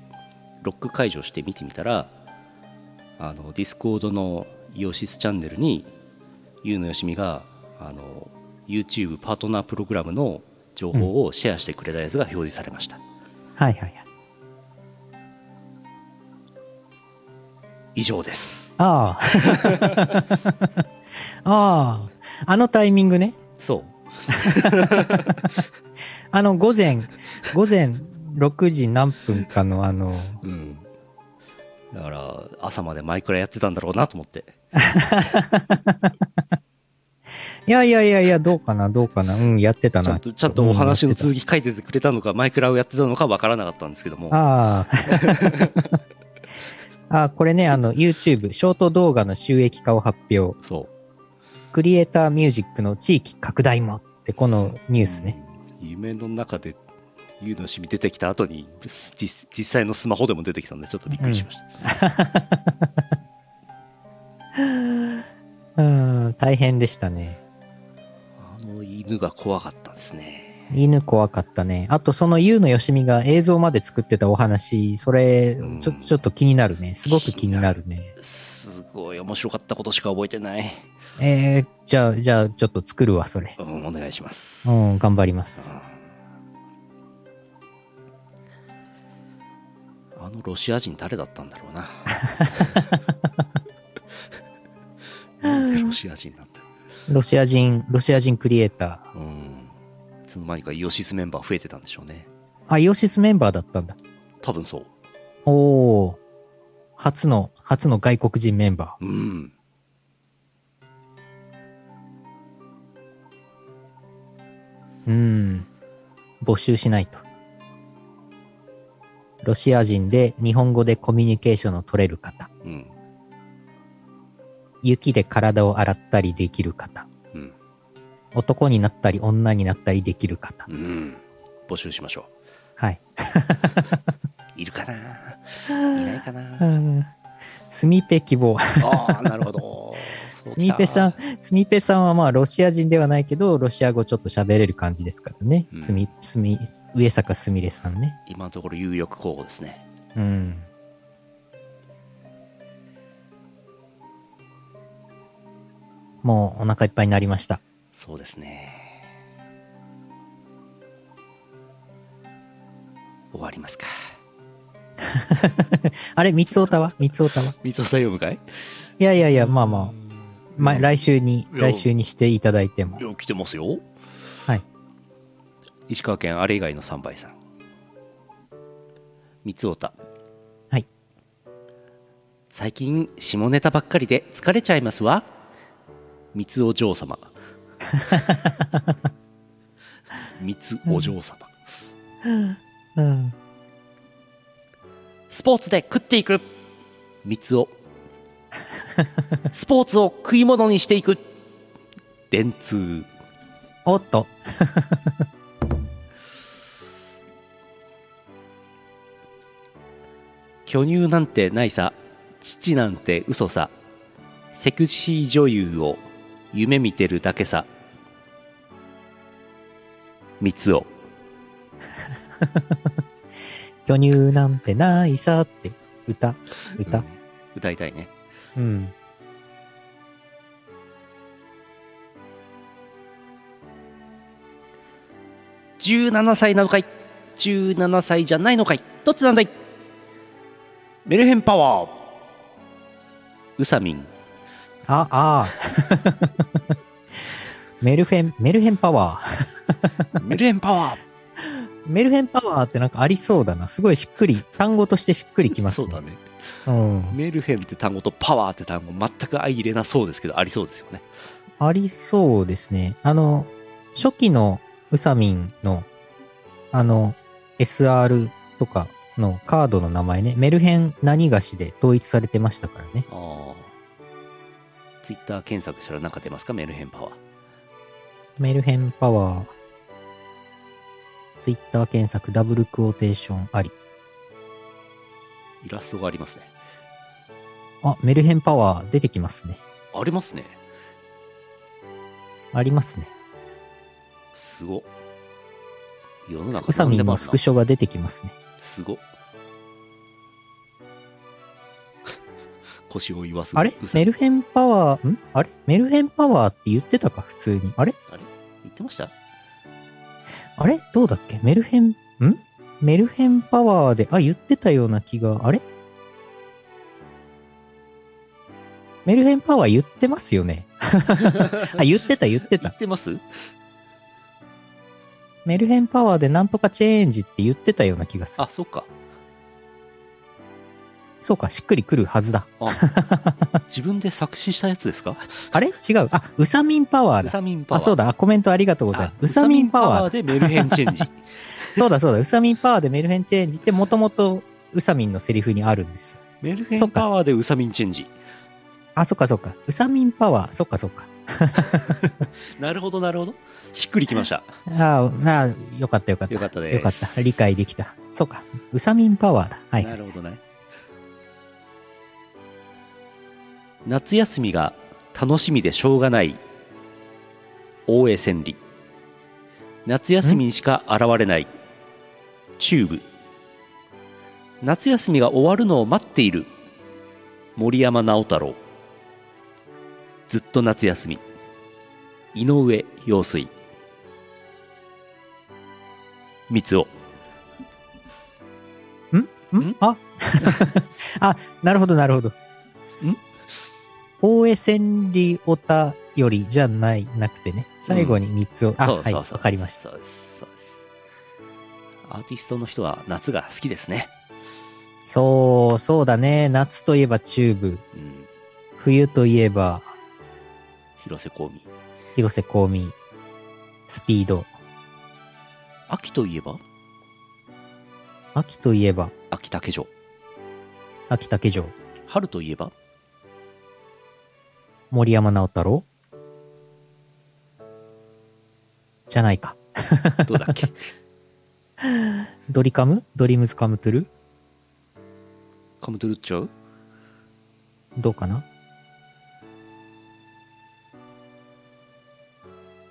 [SPEAKER 2] ロック解除して見てみたらあのディスコードのイオシスチャンネルに U のよしみがあの YouTube パートナープログラムの情報をシェアしてくれたやつが表示されました、
[SPEAKER 1] はいはいはい。
[SPEAKER 2] 以上です
[SPEAKER 1] あ あ。ああ。あのタイミングね。
[SPEAKER 2] そう
[SPEAKER 1] あの、午前、午前6時何分かの、あの、
[SPEAKER 2] うん、だから朝までマイクラやってたんだろうなと思って
[SPEAKER 1] いやいやいやいや、どうかな、どうかな、うん、やってた
[SPEAKER 2] ちゃ
[SPEAKER 1] な。
[SPEAKER 2] んとちゃんとお話の続
[SPEAKER 1] き
[SPEAKER 2] き書いててくれたのかマイクラをやってたのかわからなかったんですけども
[SPEAKER 1] あ あ。ああ、これね、あの、YouTube、ショート動画の収益化を発表。
[SPEAKER 2] そう
[SPEAKER 1] クリエイターミュージックの地域拡大もって、このニュースね。
[SPEAKER 2] うん夢の中で U のシミ出てきた後に実実際のスマホでも出てきたんでちょっとびっくりしまし
[SPEAKER 1] う
[SPEAKER 2] た、
[SPEAKER 1] ん、大変でしたね。
[SPEAKER 2] あの犬が怖かったですね
[SPEAKER 1] 犬怖かったね。あと、その優のよしみが映像まで作ってたお話、それ
[SPEAKER 2] うん、
[SPEAKER 1] ちょ、ちょっと気になるね。すごく気になるね。
[SPEAKER 2] すごい面白かったことしか覚えてない、
[SPEAKER 1] えー、じゃあ、じゃあ、ちょっと作るわ、それ。
[SPEAKER 2] うん、お願いします
[SPEAKER 1] うん、頑張ります。
[SPEAKER 2] あのロシア人誰だったんだろ うな。なんでロシア人なんだ。
[SPEAKER 1] ロシア人、ロシア人クリエイター。
[SPEAKER 2] うん。いつの間にかイオシスメンバー増えてたんでしょうね。
[SPEAKER 1] あ、イオシスメンバーだったんだ。
[SPEAKER 2] 多分そう。
[SPEAKER 1] おー。初の、初の外国人メンバ
[SPEAKER 2] うん。
[SPEAKER 1] ー。うん。募集しないと。ロシア人で日本語でコミュニケーションを取れる方。
[SPEAKER 2] うん。
[SPEAKER 1] 雪で体を洗ったりできる方。
[SPEAKER 2] うん。
[SPEAKER 1] 男になったり女になったりできる方。
[SPEAKER 2] うん。募集しましょ
[SPEAKER 1] はい。
[SPEAKER 2] う。いるかないないかな
[SPEAKER 1] スミペ希望。
[SPEAKER 2] ああ、なるほど。そう
[SPEAKER 1] ス
[SPEAKER 2] き
[SPEAKER 1] ミ
[SPEAKER 2] た
[SPEAKER 1] ペさん、スミペさんはまあロシア人ではないけど、ロシア語ちょっと喋れる感じですからね
[SPEAKER 2] う。ん
[SPEAKER 1] スミ、スミ、上坂すみれさんね。
[SPEAKER 2] 今のところ有力候補ですね。
[SPEAKER 1] うん。もうお腹いっぱいになりました。
[SPEAKER 2] そうですね。終わりますか。
[SPEAKER 1] あれ、三つおたは三つおたは
[SPEAKER 2] 三尾さん読むかい
[SPEAKER 1] いやいやいや、まあまあ、まあ、来週に、
[SPEAKER 2] いや
[SPEAKER 1] 来週にしていただいても
[SPEAKER 2] い。や、来てますよ。
[SPEAKER 1] はい。
[SPEAKER 2] 石川県あれ以外の3倍さん。三尾田。
[SPEAKER 1] はい。
[SPEAKER 2] 最近、下ネタばっかりで疲れちゃいますわ。三尾 嬢様。三尾嬢様。
[SPEAKER 1] うん。
[SPEAKER 2] スポーツで食っていく三つ をスポーツを食い物にしていく電通
[SPEAKER 1] おっと。
[SPEAKER 2] 巨乳なんてないさ父なんて嘘さセクシー女優を夢見てるだけさ。三つを。
[SPEAKER 1] 巨乳なんてないさって歌、歌。
[SPEAKER 2] うん歌いたいね。
[SPEAKER 1] うん。
[SPEAKER 2] 17歳なのかい ?17 歳じゃないのかいどっちなんだいメルヘンパワーウサミン。
[SPEAKER 1] あ、ああ。 メルフェン、メルヘンパワー。
[SPEAKER 2] メルヘンパワー
[SPEAKER 1] メルヘンパワーってなんかありそうだな。すごいしっくり、単語としてしっくりきます
[SPEAKER 2] そう
[SPEAKER 1] ね。
[SPEAKER 2] だね。
[SPEAKER 1] うん。
[SPEAKER 2] メルヘンって単語とパワーって単語全く相入れなそうですけど、ありそうですよね。
[SPEAKER 1] ありそうですね。あの、初期のウサミンの、あの、SR とかのカードの名前ね、メルヘン何菓子で統一されてましたからね。
[SPEAKER 2] ああ。ツイッター検索したら何か出ますかメルヘンパワー。
[SPEAKER 1] メルヘンパワー、ツイッター検索、ダブルクオーテーションあり。
[SPEAKER 2] イラストがありますね。
[SPEAKER 1] あ、メルヘンパワー出てきますね。
[SPEAKER 2] ありますね。
[SPEAKER 1] ありますね。
[SPEAKER 2] すご。世の
[SPEAKER 1] ウ
[SPEAKER 2] 中
[SPEAKER 1] サ
[SPEAKER 2] 何
[SPEAKER 1] ミ
[SPEAKER 2] で
[SPEAKER 1] ン
[SPEAKER 2] もあ
[SPEAKER 1] の
[SPEAKER 2] るな
[SPEAKER 1] スクショが出てきますね。
[SPEAKER 2] すご。 腰を言わす。
[SPEAKER 1] あれ
[SPEAKER 2] うさ
[SPEAKER 1] メルヘンパワー、んあれメルヘンパワーって言ってたか普通に。あれ
[SPEAKER 2] 言ってました
[SPEAKER 1] あれどうだっけメルヘン、んメルヘンパワーで、あ、言ってたような気が、あれメルヘンパワー言ってますよね。あ、言ってた言って
[SPEAKER 2] 言
[SPEAKER 1] た
[SPEAKER 2] っ。てます
[SPEAKER 1] メルヘンパワーでなんとかチェンジって言ってたような気がする。
[SPEAKER 2] あ、そっか。
[SPEAKER 1] そうか、しっくりくるはずだ。
[SPEAKER 2] あ自分で作詞したや つですか
[SPEAKER 1] あれ違う。あ、ウサミンパワー
[SPEAKER 2] ウ
[SPEAKER 1] だ。
[SPEAKER 2] サミンパワ
[SPEAKER 1] あ、
[SPEAKER 2] ー。
[SPEAKER 1] そう
[SPEAKER 2] だ。
[SPEAKER 1] だ。あコメントありがとうございます。ウサミンパワーだ
[SPEAKER 2] でメルヘンチェンジ。
[SPEAKER 1] そうだそうだ、ウサミンパワーでメルヘンチェンジってもともとウサミンのセリフにあるんですよ。
[SPEAKER 2] メルヘンパワーでウサミンチェンジ。
[SPEAKER 1] あ、そっかそっか。ウサミンパワー、そっかそっか。
[SPEAKER 2] なるほど、なるほど。しっくりきました。
[SPEAKER 1] あーあー、よかったよかった。
[SPEAKER 2] よかったです。
[SPEAKER 1] よかった。理解できた。そっか。ウサミンパワーだ。はい。
[SPEAKER 2] なるほどね。夏休みが楽しみでしょうがない大江千里夏休みにしか現れないチューブ夏休みが終わるのを待っている森山直太朗ずっと夏休み井上陽水三つ男
[SPEAKER 1] んあ あ、なるほどなるほど。ん大江千里おたよりじゃない、なくてね。最後に三つを、あ、
[SPEAKER 2] そう
[SPEAKER 1] は
[SPEAKER 2] そう
[SPEAKER 1] い、
[SPEAKER 2] そう
[SPEAKER 1] わかりました。
[SPEAKER 2] た。そうです、そうです。アーティストの人は夏が好きですね。
[SPEAKER 1] そう、そうだね。夏といえばチューブ。
[SPEAKER 2] うん、
[SPEAKER 1] 冬といえば
[SPEAKER 2] 広瀬香美。
[SPEAKER 1] 広瀬香美、スピード、
[SPEAKER 2] 秋といえば
[SPEAKER 1] 秋といえば
[SPEAKER 2] 秋竹城。
[SPEAKER 1] 秋竹城、
[SPEAKER 2] 春といえば
[SPEAKER 1] 森山直太朗じゃないか。
[SPEAKER 2] どうだ っけ
[SPEAKER 1] ドリカムドリームズカムトゥル
[SPEAKER 2] カムトゥルッチョ
[SPEAKER 1] どうかな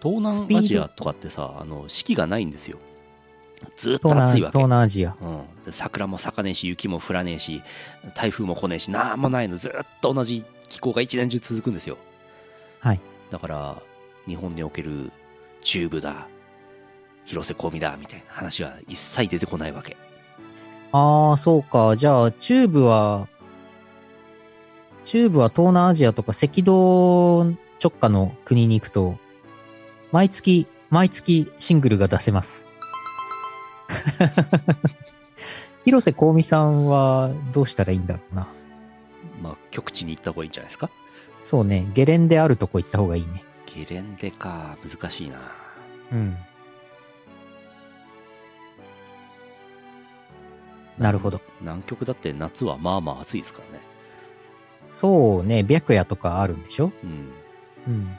[SPEAKER 2] 東南アジアとかってさ、あの四季がないんですよ。ずっと
[SPEAKER 1] 東南
[SPEAKER 2] 暑いわ
[SPEAKER 1] 東
[SPEAKER 2] け。
[SPEAKER 1] 南アジア。
[SPEAKER 2] うん、で桜も咲かねえし雪も降らねえし台風も来ねえしなんもないのずっと同じ気候が一年中続くんですよ
[SPEAKER 1] はい
[SPEAKER 2] だから日本におけるチューブだ広瀬香美だみたいな話は一切出てこないわけ
[SPEAKER 1] ああ、そうか。じゃあ、チューブは、チューブは東南アジアとか赤道直下の国に行くと、毎月、毎月シングルが出せます。 広瀬香美さんはどうしたらいいんだろうな。
[SPEAKER 2] まあ極地に行った方がいいんじゃないですか
[SPEAKER 1] そうね、ゲレンデあるとこ行った方がいいね。
[SPEAKER 2] ゲレンデか難しいな
[SPEAKER 1] うん。なるほど。
[SPEAKER 2] 南極だって夏はまあまあ暑いですからね
[SPEAKER 1] そうね、白夜とかあるんでしょ
[SPEAKER 2] うん
[SPEAKER 1] うん。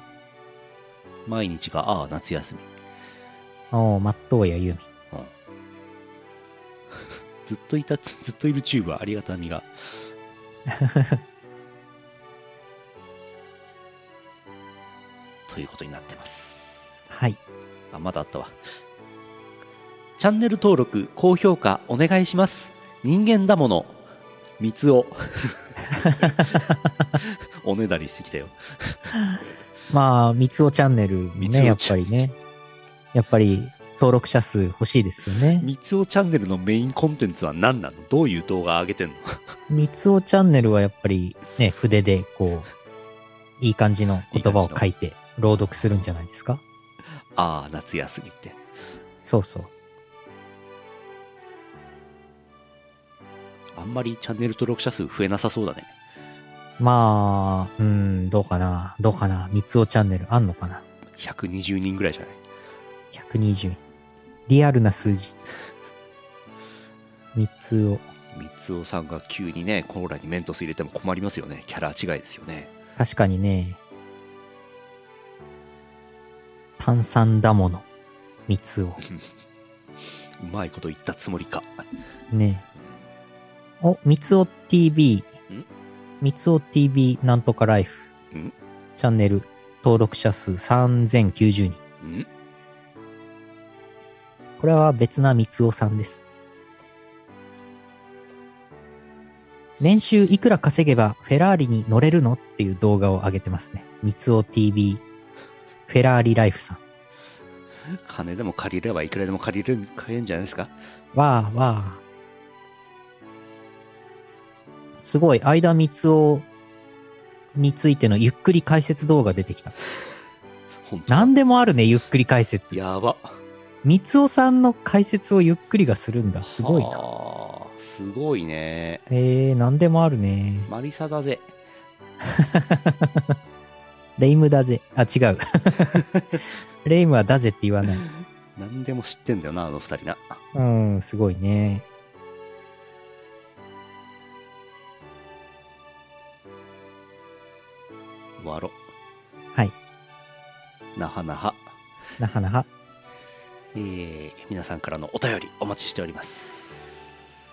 [SPEAKER 2] 毎日がああ夏休み
[SPEAKER 1] おー、松任谷由実。
[SPEAKER 2] ずっといた ずっといるチューブはありがたみがということになってます。
[SPEAKER 1] はい。
[SPEAKER 2] あ、まだあったわ。チャンネル登録、高評価お願いします。人間だもの、三つお。おねだりしてきたよ。
[SPEAKER 1] まあ、みつおチャンネルも
[SPEAKER 2] みつお
[SPEAKER 1] ね、やっ
[SPEAKER 2] チ
[SPEAKER 1] ぱ
[SPEAKER 2] ャン
[SPEAKER 1] りね。やっぱり登録者数欲しいですよね。
[SPEAKER 2] 三つおチャンネルのメインコンテンツは何なのどういう動画上げてんの
[SPEAKER 1] みつおチャンネルはやっぱりね、筆でこう、いい感じの言葉を書いて朗読するんじゃないですか
[SPEAKER 2] ああ、夏休みって。
[SPEAKER 1] そうそう。
[SPEAKER 2] あんまりチャンネル登録者数増えなさそうだね。
[SPEAKER 1] まあ、うん、どうかな、どうかな、みつおチャンネルあんのかな。
[SPEAKER 2] 120人ぐらいじゃない
[SPEAKER 1] 120。リアルな数字。みつお。
[SPEAKER 2] 三つおさんが急にね、コーラにメントス入れても困りますよね。キャラ違いですよね。
[SPEAKER 1] 確かにね、炭酸だもの、みつお。
[SPEAKER 2] うまいこと言ったつもりか。
[SPEAKER 1] ねお、みつお TV
[SPEAKER 2] ん。
[SPEAKER 1] みつお TV なんとかライフ
[SPEAKER 2] ん。
[SPEAKER 1] チャンネル登録者数3090人。
[SPEAKER 2] ん
[SPEAKER 1] これは別なみつおさんです。年収いくら稼げばフェラーリに乗れるのっていう動画を上げてますね。みつお TV、フェラーリライフさん。
[SPEAKER 2] 金でも借りればいくらでも借りれる借りれんじゃないですか
[SPEAKER 1] わあわあ。すごい、相田光雄についてのゆっくり解説動画出てきた。
[SPEAKER 2] 本当
[SPEAKER 1] 何でもあるね、ゆっくり解説。
[SPEAKER 2] やば
[SPEAKER 1] 光雄さんの解説をゆっくりがするんだ。すごいな。
[SPEAKER 2] なすごいね
[SPEAKER 1] えー、何でもあるね。
[SPEAKER 2] マリサだぜ
[SPEAKER 1] レイムだぜ。あ、違う。レイムはだぜって言わない。
[SPEAKER 2] 何でも知ってんだよなあの二人な
[SPEAKER 1] うん、すごいね。
[SPEAKER 2] 終わろ
[SPEAKER 1] はい。
[SPEAKER 2] なはなは
[SPEAKER 1] なはなは。
[SPEAKER 2] えー、皆さんからのお便りお待ちしております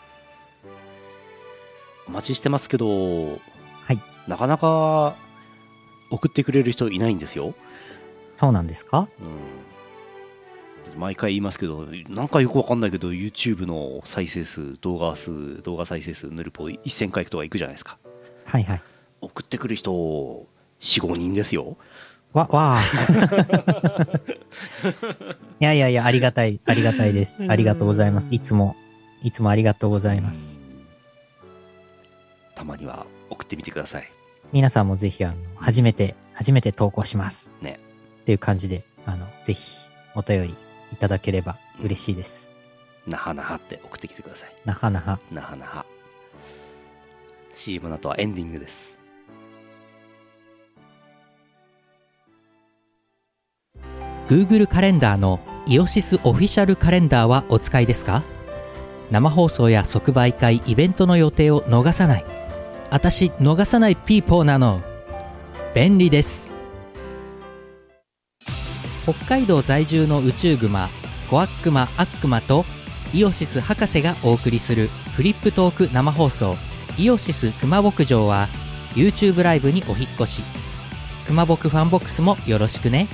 [SPEAKER 2] お待ちしてますけど
[SPEAKER 1] はい
[SPEAKER 2] なかなか送ってくれる人いないんですよ
[SPEAKER 1] そうなんですか
[SPEAKER 2] うん毎回言いますけど、なんかよくわかんないけど、YouTube の再生数、動画数、動画再生数、ヌルポ1000回とかいくじゃないですか。
[SPEAKER 1] はいはい。
[SPEAKER 2] 送ってくる人、4、5人ですよ。
[SPEAKER 1] わ、わあ。いやいやいや、ありがたい、ありがたいです。ありがとうございます。いつも、いつもありがとうございます。
[SPEAKER 2] たまには送ってみてください。
[SPEAKER 1] 皆さんもぜひ、あの、初めて、初めて投稿します。
[SPEAKER 2] ね。
[SPEAKER 1] っていう感じで、あの、ぜひ、お便りいただければ嬉しいです。
[SPEAKER 2] なはなはって送ってきてください。
[SPEAKER 1] なはなは。
[SPEAKER 2] なはなは。CM の後はエンディングです。
[SPEAKER 3] Google カレンダーのイオシスオフィシャルカレンダーはお使いですか生放送や即売会イベントの予定を逃さない私逃さないピーポーなの便利です北海道在住の宇宙グマコアックマアックマとイオシス博士がお送りするフリップトーク生放送「イオシス熊牧場」は YouTube ライブにお引っ越し熊牧ファンボックスもよろしくね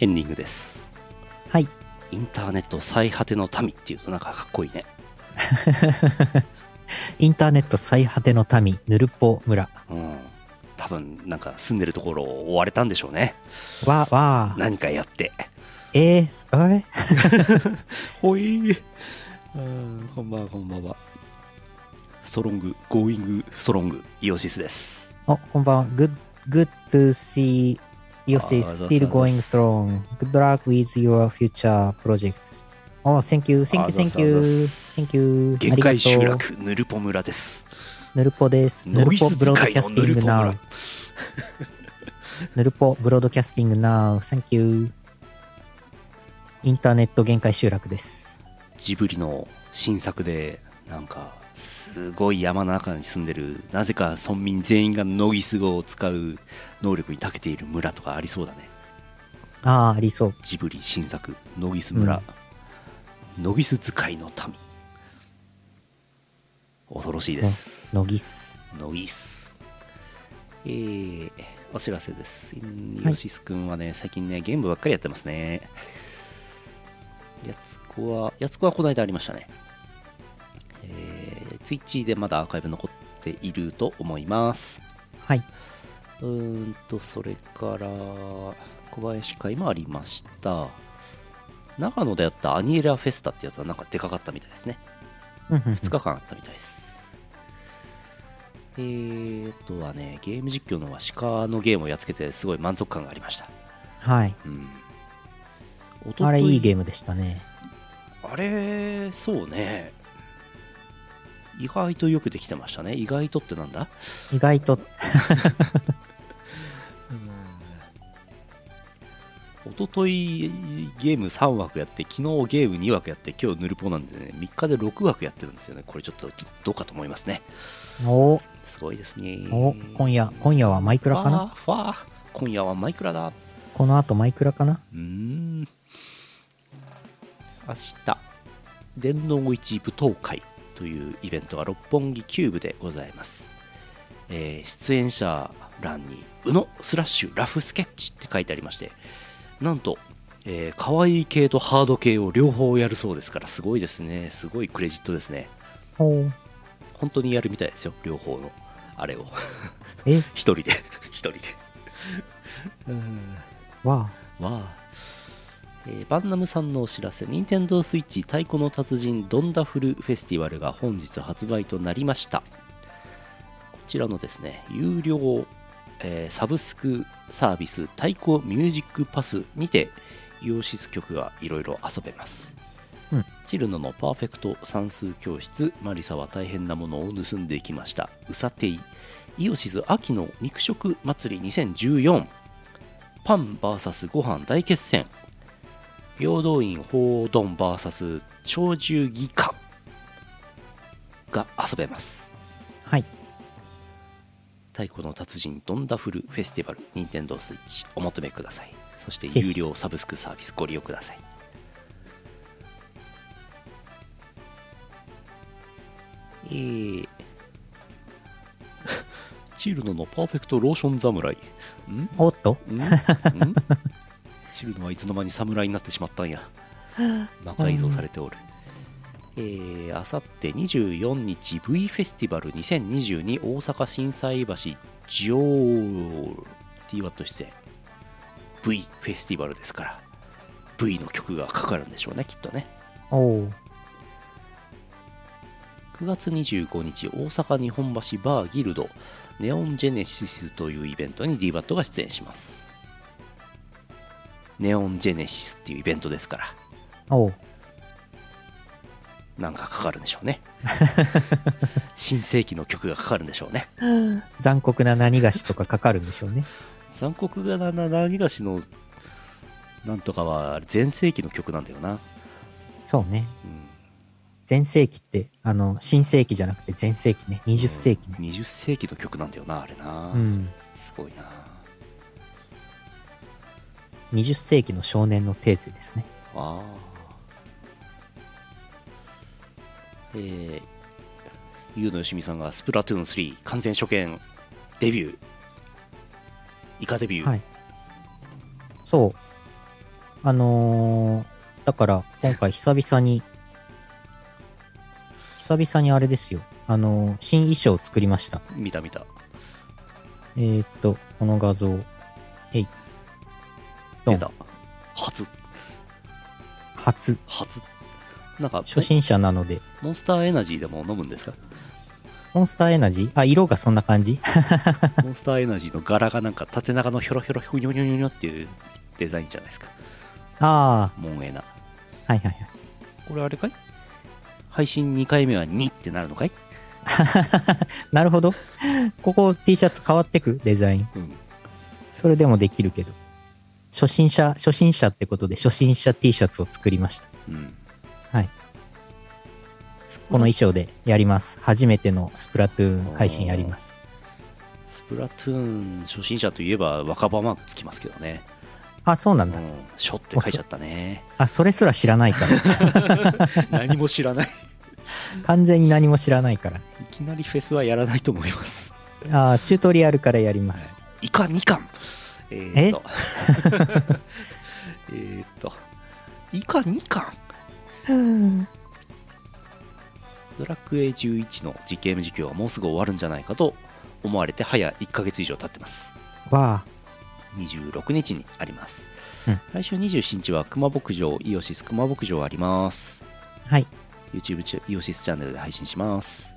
[SPEAKER 2] エンディングです。
[SPEAKER 1] はい。
[SPEAKER 2] インターネット最果ての民っていうとなんかかっこいいね。
[SPEAKER 1] インターネット最果ての民、ヌルポ村。
[SPEAKER 2] うん。多分なんか住んでるところを追われたんでしょうね。
[SPEAKER 1] わ、わあ。
[SPEAKER 2] 何かやって。
[SPEAKER 1] えー、あれ
[SPEAKER 2] ほいうん、こんばんは、こんばんは。ストロング、ゴーイング、ストロング、イオシスです。
[SPEAKER 1] お、こんばんは。Good, good to see your
[SPEAKER 2] あ
[SPEAKER 1] city
[SPEAKER 2] りがとうござ
[SPEAKER 1] still going
[SPEAKER 2] います
[SPEAKER 1] strong. Good luck with your future projects. お、thank you, thank you,
[SPEAKER 2] ありがとうご
[SPEAKER 1] thank
[SPEAKER 2] ざい
[SPEAKER 1] you,
[SPEAKER 2] ます
[SPEAKER 1] thank you.
[SPEAKER 2] 限界集
[SPEAKER 1] ありがと
[SPEAKER 2] 落、ヌルポ村です。
[SPEAKER 1] う。ヌルポです。ヌ
[SPEAKER 2] ノ
[SPEAKER 1] ル
[SPEAKER 2] イズ
[SPEAKER 1] ポブロード
[SPEAKER 2] 使い
[SPEAKER 1] キャ
[SPEAKER 2] の
[SPEAKER 1] ステ
[SPEAKER 2] ヌ
[SPEAKER 1] ィン
[SPEAKER 2] ル
[SPEAKER 1] グ
[SPEAKER 2] ポ村
[SPEAKER 1] now. ヌルポブロードキャスティング now. Thank you. インターネット限界集落です。
[SPEAKER 2] ジブリの新作で、なんか、すごい山の中に住んでるなぜか村民全員がノギス語を使う能力に長けている村とかありそうだね
[SPEAKER 1] ああ、ありそう。
[SPEAKER 2] ジブリ新作「ノギス村」ノギス使いの民」恐ろしいです、
[SPEAKER 1] ノギス。
[SPEAKER 2] ノギスえー、お知らせです
[SPEAKER 1] はい
[SPEAKER 2] ヨシスくんはね最近ねゲームばっかりやってますねやつこはやつこはこの間ありましたねえー、ツイッチでまだアーカイブ残っていると思います
[SPEAKER 1] はい。
[SPEAKER 2] うーんと、それから、小林会もありました。長野でやったアニエラフェスタってやつはなんかでかかったみたいですね。2
[SPEAKER 1] 2
[SPEAKER 2] 日間あったみたいです。えー、あとはね、ゲーム実況の方は鹿のゲームをやっつけてすごい満足感がありました。
[SPEAKER 1] はい。
[SPEAKER 2] うん。おと
[SPEAKER 1] あれ、いい
[SPEAKER 2] ー
[SPEAKER 1] ゲームでしたね。
[SPEAKER 2] ム。あれ、そうね。意外とよくできてましたね。意外とってなんだ
[SPEAKER 1] 意外と、
[SPEAKER 2] 一昨日ゲーム3枠やって昨日ゲーム2枠やって今日ヌルポなんでね3日で6枠やってるんですよねこれちょっとどうかと思いますね
[SPEAKER 1] お
[SPEAKER 2] すごいですね
[SPEAKER 1] お、今夜、今夜はマイクラかな
[SPEAKER 2] ファーファー今夜はマイクラだ
[SPEAKER 1] この後マイクラかな
[SPEAKER 2] うーん明日電脳一舞踏会というイベントが六本木キューブでございます、えー出演者欄に「宇野スラッシュラフスケッチ」って書いてありましてなんと、えー、可愛い系とハード系を両方やるそうですからすごいですねすごいクレジットですね
[SPEAKER 1] おー
[SPEAKER 2] 本当にやるみたいですよ両方のあれを
[SPEAKER 1] え、
[SPEAKER 2] 一人で 一人で
[SPEAKER 1] わ
[SPEAKER 2] は、えーバンナムさんのお知らせ、任天堂スイッチ太鼓の達人ドンダフルフェスティバルが本日発売となりました。こちらのですね、有料、えーサブスクサービス太鼓ミュージックパスにて、イオシス曲がいろいろ遊べます。
[SPEAKER 1] うん
[SPEAKER 2] チルノのパーフェクト算数教室、マリサは大変なものを盗んでいきました。うさてい、イオシス秋の肉食祭り2014。パン VS ご飯大決戦平等院報道 VS 鳥獣技官が遊べます
[SPEAKER 1] ーはい。
[SPEAKER 2] 太鼓の達人ドンダフルフェスティバル任天堂スイッチお求めくださいそして
[SPEAKER 1] ぜひ
[SPEAKER 2] 有料サブスクサービスご利用くださいえー チルノのパーフェクトローション侍ん
[SPEAKER 1] おっと
[SPEAKER 2] んんチルノはいつの間に侍になってしまったんや魔改造されておる、えー、あさって24日 V フェスティバル2022大阪心斎橋ジオー TWAT 出演 V フェスティバルですから V の曲がかかるんでしょうねきっとね
[SPEAKER 1] おー
[SPEAKER 2] 9月25日大阪日本橋バーギルドネオンジェネシスというイベントに DBAT が出演しますネオンジェネシスっていうイベントですから
[SPEAKER 1] おー
[SPEAKER 2] なんかかかるんでしょ うね新世紀の曲がかかるんでしょうね
[SPEAKER 1] 残酷な何菓子とかかかるんでしょうね。
[SPEAKER 2] 残酷がなな何がしのなんとかは全盛期の曲なんだよな、
[SPEAKER 1] そうね。
[SPEAKER 2] うん
[SPEAKER 1] 全盛期って、あの、新世紀じゃなくて全盛期ね。20世紀ね。
[SPEAKER 2] 20世紀の曲なんだよなあれな、
[SPEAKER 1] うん。
[SPEAKER 2] すごいな
[SPEAKER 1] 20世紀の少年のテーゼですね。
[SPEAKER 2] ああ。えー、ゆうのよしみさんがスプラトゥーン3完全初見デビュー。イカデビュー。
[SPEAKER 1] はいそう。あのー、だから今回久々に、久々にあれですよ。あのー新衣装を作りました。
[SPEAKER 2] 見た見た。
[SPEAKER 1] えー、っと、この画像。えい。ドン
[SPEAKER 2] 出た。初。
[SPEAKER 1] 初。
[SPEAKER 2] 初。なんか、
[SPEAKER 1] 初心者なので。
[SPEAKER 2] モンスターエナジーでも飲むんですか
[SPEAKER 1] モンスターエナジーあ、色がそんな感じ
[SPEAKER 2] モンスターエナジーの柄がなんか縦長のヒョロヒョロヒョニョニョニョニョっていうデザインじゃないですか。
[SPEAKER 1] あ
[SPEAKER 2] モンエナ。
[SPEAKER 1] あ、はいはいはい。
[SPEAKER 2] これあれかい配信2回目は2ってなるのかい
[SPEAKER 1] なるほど。ここ T シャツ変わってくデザイン。
[SPEAKER 2] うん。
[SPEAKER 1] それでもできるけど。初心者、初心者ってことで初心者 T シャツを作りました。
[SPEAKER 2] うん
[SPEAKER 1] はい。
[SPEAKER 2] そっ
[SPEAKER 1] この衣装でやります。初めてのスプラトゥーン配信やります。
[SPEAKER 2] スプラトゥーン初心者といえば若葉マークつきますけどね。
[SPEAKER 1] あ、そうな
[SPEAKER 2] うん
[SPEAKER 1] だ。
[SPEAKER 2] ん。しょって書いちゃったね。
[SPEAKER 1] あ、それすら知らないから。
[SPEAKER 2] 何も知らない。
[SPEAKER 1] 完全に何も知らないから。
[SPEAKER 2] いきなりフェスはやらないと思います。
[SPEAKER 1] あーチュートリアルからやります。
[SPEAKER 2] いかん、いかん。えー、っと。 えーっと。いかん、いかん。ドラクエ11の実験実況はもうすぐ終わるんじゃないかと思われて早1ヶ月以上経ってます。
[SPEAKER 1] わ
[SPEAKER 2] 26日にあります、
[SPEAKER 1] うん
[SPEAKER 2] 来週27日は熊牧場イオシス熊牧場あります
[SPEAKER 1] あ。はい。
[SPEAKER 2] YouTube チャイオシスチャンネルで配信します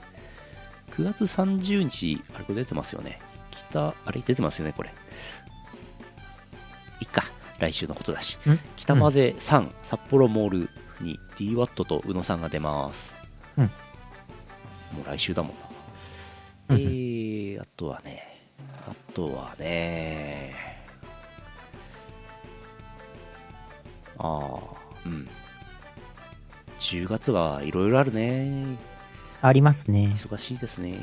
[SPEAKER 2] 9月30日あれこれ出てますよね北あれ出てますよねこれいっか来週のことだし
[SPEAKER 1] ん
[SPEAKER 2] 北まぜ3、札幌モールに DWAT と宇野さんが出ます、
[SPEAKER 1] うん
[SPEAKER 2] もう来週だもん
[SPEAKER 1] う
[SPEAKER 2] な、
[SPEAKER 1] んうん
[SPEAKER 2] えー、あとはねあとはねああうん10月はいろいろあるね
[SPEAKER 1] ありますね。
[SPEAKER 2] 忙しいですね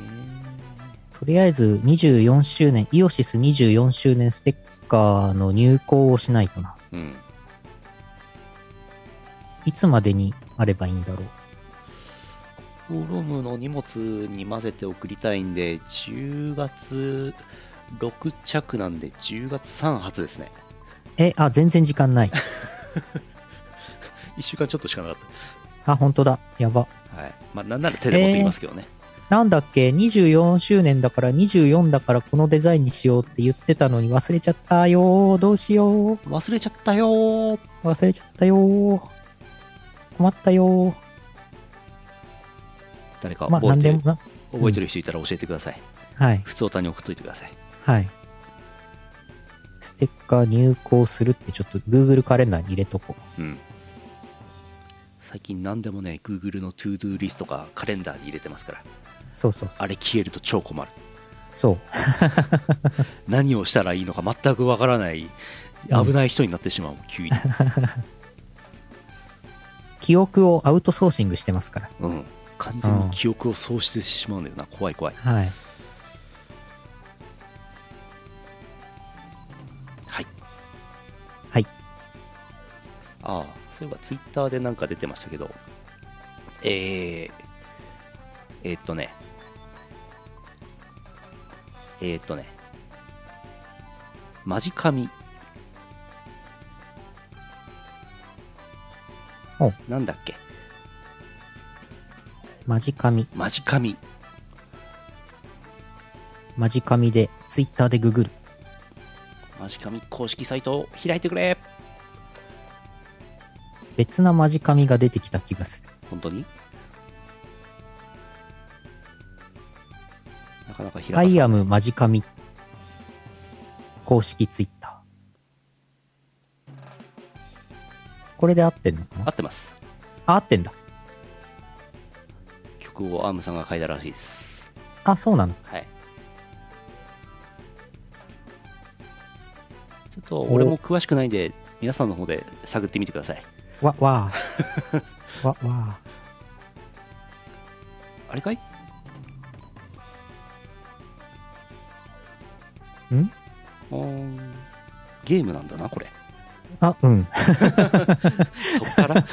[SPEAKER 1] とりあえず24周年、イオシス24周年ステッカーの入稿をしないとな。
[SPEAKER 2] うん
[SPEAKER 1] いつまでにあればいいんだろう。
[SPEAKER 2] フォロムの荷物に混ぜて送りたいんで10月6着なんで10月3発ですね
[SPEAKER 1] え、あ、全然時間ない。
[SPEAKER 2] 1週間ちょっとしかなかっ
[SPEAKER 1] あ、本当だ。やば。
[SPEAKER 2] たはいまあなんなら手で持ってきますけどね、
[SPEAKER 1] なんだっけ、24周年だから、24だからこのデザインにしようって言ってたのに忘れちゃったよー。どうしよう。
[SPEAKER 2] 忘れちゃったよー
[SPEAKER 1] 忘れちゃったよー。困ったよー。
[SPEAKER 2] 誰か
[SPEAKER 1] まあ、
[SPEAKER 2] 覚
[SPEAKER 1] な
[SPEAKER 2] え
[SPEAKER 1] ん
[SPEAKER 2] て
[SPEAKER 1] で
[SPEAKER 2] る,、
[SPEAKER 1] もな。
[SPEAKER 2] 覚えてる人いたら教えてください
[SPEAKER 1] はい。
[SPEAKER 2] 普通おたに送っといてください
[SPEAKER 1] はい。ステッカー入稿するってちょっと Google カレンダーに入れとこう。
[SPEAKER 2] うん最近何でもね Google の To Do リストかカレンダーに入れてますから
[SPEAKER 1] そうそうそう。
[SPEAKER 2] あれ消えると超困る
[SPEAKER 1] そう。
[SPEAKER 2] 何をしたらいいのか全くわからない
[SPEAKER 1] うん
[SPEAKER 2] 危ない人になってしまう、急 に
[SPEAKER 1] 記憶をアウトソーシングしてますから。
[SPEAKER 2] うん完全に記憶を喪失してしまうんだよな怖い怖い
[SPEAKER 1] はい。
[SPEAKER 2] はい
[SPEAKER 1] はい
[SPEAKER 2] ああそういえばツイッターでなんか出てましたけどえー、えーっとねえー、っとねマジカミ
[SPEAKER 1] お
[SPEAKER 2] なんだっけ
[SPEAKER 1] マジカミ。
[SPEAKER 2] マジカミ
[SPEAKER 1] マジカミで、ツイッターでググる。
[SPEAKER 2] マジカミ公式サイトを開いてくれ
[SPEAKER 1] 別なマジカミが出てきた気がする。
[SPEAKER 2] 本当になかなか開
[SPEAKER 1] ア
[SPEAKER 2] か
[SPEAKER 1] イ
[SPEAKER 2] さ
[SPEAKER 1] アムマジカミ。公式ツイッター。これで合ってんのか
[SPEAKER 2] 合
[SPEAKER 1] な
[SPEAKER 2] ってます
[SPEAKER 1] あ、合ってんだ。
[SPEAKER 2] 曲をアームさんが書いたらしいです
[SPEAKER 1] あ、そうなの。
[SPEAKER 2] はいちょっと俺も詳しくないんで皆さんの方で探ってみてください
[SPEAKER 1] わ、わ あ。わ、わあ。
[SPEAKER 2] あれかい
[SPEAKER 1] ん
[SPEAKER 2] うーんゲームなんだなこれ
[SPEAKER 1] あ、うん。
[SPEAKER 2] そっから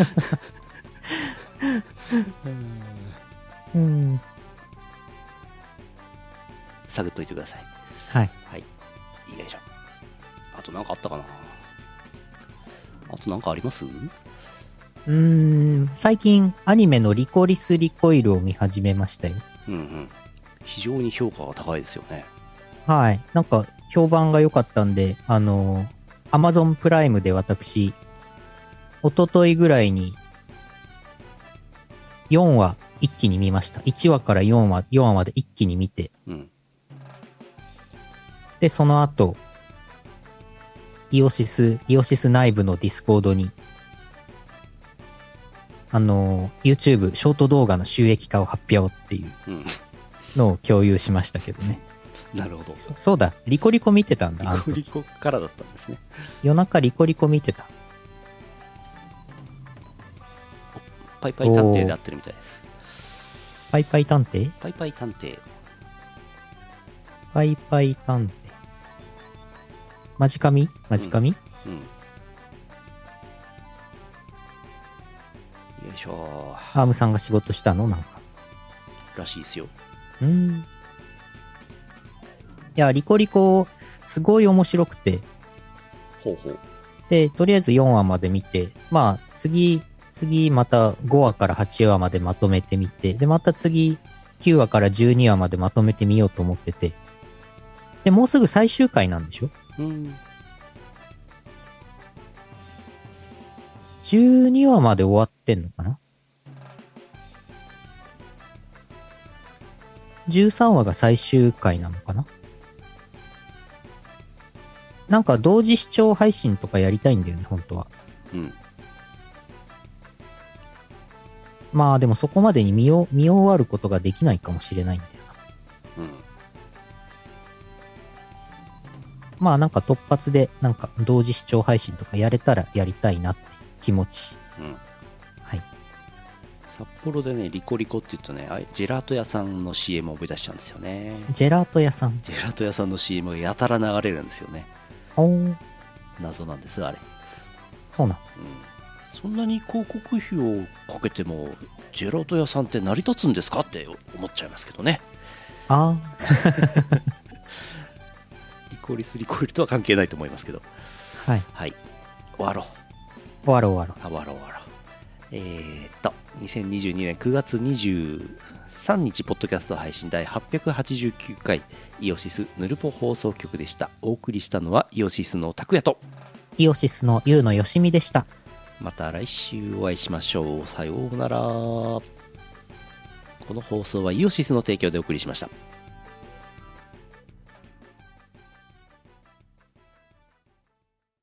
[SPEAKER 1] うん。
[SPEAKER 2] 探っといてください
[SPEAKER 1] はい。
[SPEAKER 2] いいでしょあとなんかあったかなあとなんかあります
[SPEAKER 1] うーん。最近、アニメのリコリス・リコイルを見始めましたよ。
[SPEAKER 2] うんうん非常に評価が高いですよね
[SPEAKER 1] はい。なんか、評判が良かったんで、あのー、Amazon プライムで私、一昨日ぐらいに、4話一気に見ました。1話から4話、4話まで一気に見て、
[SPEAKER 2] うん
[SPEAKER 1] で、その後、イオシス、イオシス内部のディスコードに、あのー、YouTube、ショート動画の収益化を発表っていう
[SPEAKER 2] うん
[SPEAKER 1] のを共有しましたけどね。
[SPEAKER 2] なるほど
[SPEAKER 1] そそうだ、リコリコ見てたんだ、あの
[SPEAKER 2] リコ
[SPEAKER 1] 時
[SPEAKER 2] リコからだったんですね
[SPEAKER 1] 夜中リコリコ見てた。
[SPEAKER 2] パイパイ探偵でやってるみたいです
[SPEAKER 1] パイパイ探偵
[SPEAKER 2] パイパイ探偵。
[SPEAKER 1] パイパイ探偵。マジカミマジカミ、
[SPEAKER 2] うん。よいしょ
[SPEAKER 1] アームさんが仕事したのなんか。
[SPEAKER 2] ー。らしいですよ。
[SPEAKER 1] うん。いや、リコリコ、すごい面白くて。
[SPEAKER 2] ほうほう。
[SPEAKER 1] で、とりあえず4話まで見て、まあ、次、次また5話から8話までまとめてみて、で、また次9話から12話までまとめてみようと思ってて。で、もうすぐ最終回なんでしょ
[SPEAKER 2] うん。
[SPEAKER 1] ?12 話まで終わってんのかな ?13 話が最終回なのかななんか同時視聴配信とかやりたいんだよね、本当は。
[SPEAKER 2] うん。
[SPEAKER 1] まあでもそこまでに見よ見終わることができないかもしれないんだよな。
[SPEAKER 2] うん。
[SPEAKER 1] まあなんか突発でなんか同時視聴配信とかやれたらやりたいなって気持ち。
[SPEAKER 2] うん。
[SPEAKER 1] はい。
[SPEAKER 2] 札幌でね、リコリコって言うとね、あれジェラート屋さんの CM を思い出しちゃうんですよね。
[SPEAKER 1] ジェラート屋さん。
[SPEAKER 2] ジェラート屋さんの CM がやたら流れるんですよね。
[SPEAKER 1] おー、
[SPEAKER 2] 謎なんです、あれ。
[SPEAKER 1] そうなん。
[SPEAKER 2] うんそんなに広告費をかけてもジェラート屋さんって成り立つんですかって思っちゃいますけどね
[SPEAKER 1] あ
[SPEAKER 2] リコリスリコイルとは関係ないと思いますけど
[SPEAKER 1] あ、はい。
[SPEAKER 2] はい終わろう
[SPEAKER 1] 終わろう終わろ
[SPEAKER 2] あ終わろう終わろうえー、っと2022年9月23日ポッドキャスト配信第889回イオシスヌルポ放送局でしたお送りしたのはイオシスの拓也と
[SPEAKER 1] う。イオシスのユウのよしみでした。
[SPEAKER 2] また来週お会いしましょうさようならこの放送はイオシスの提供でお送りしました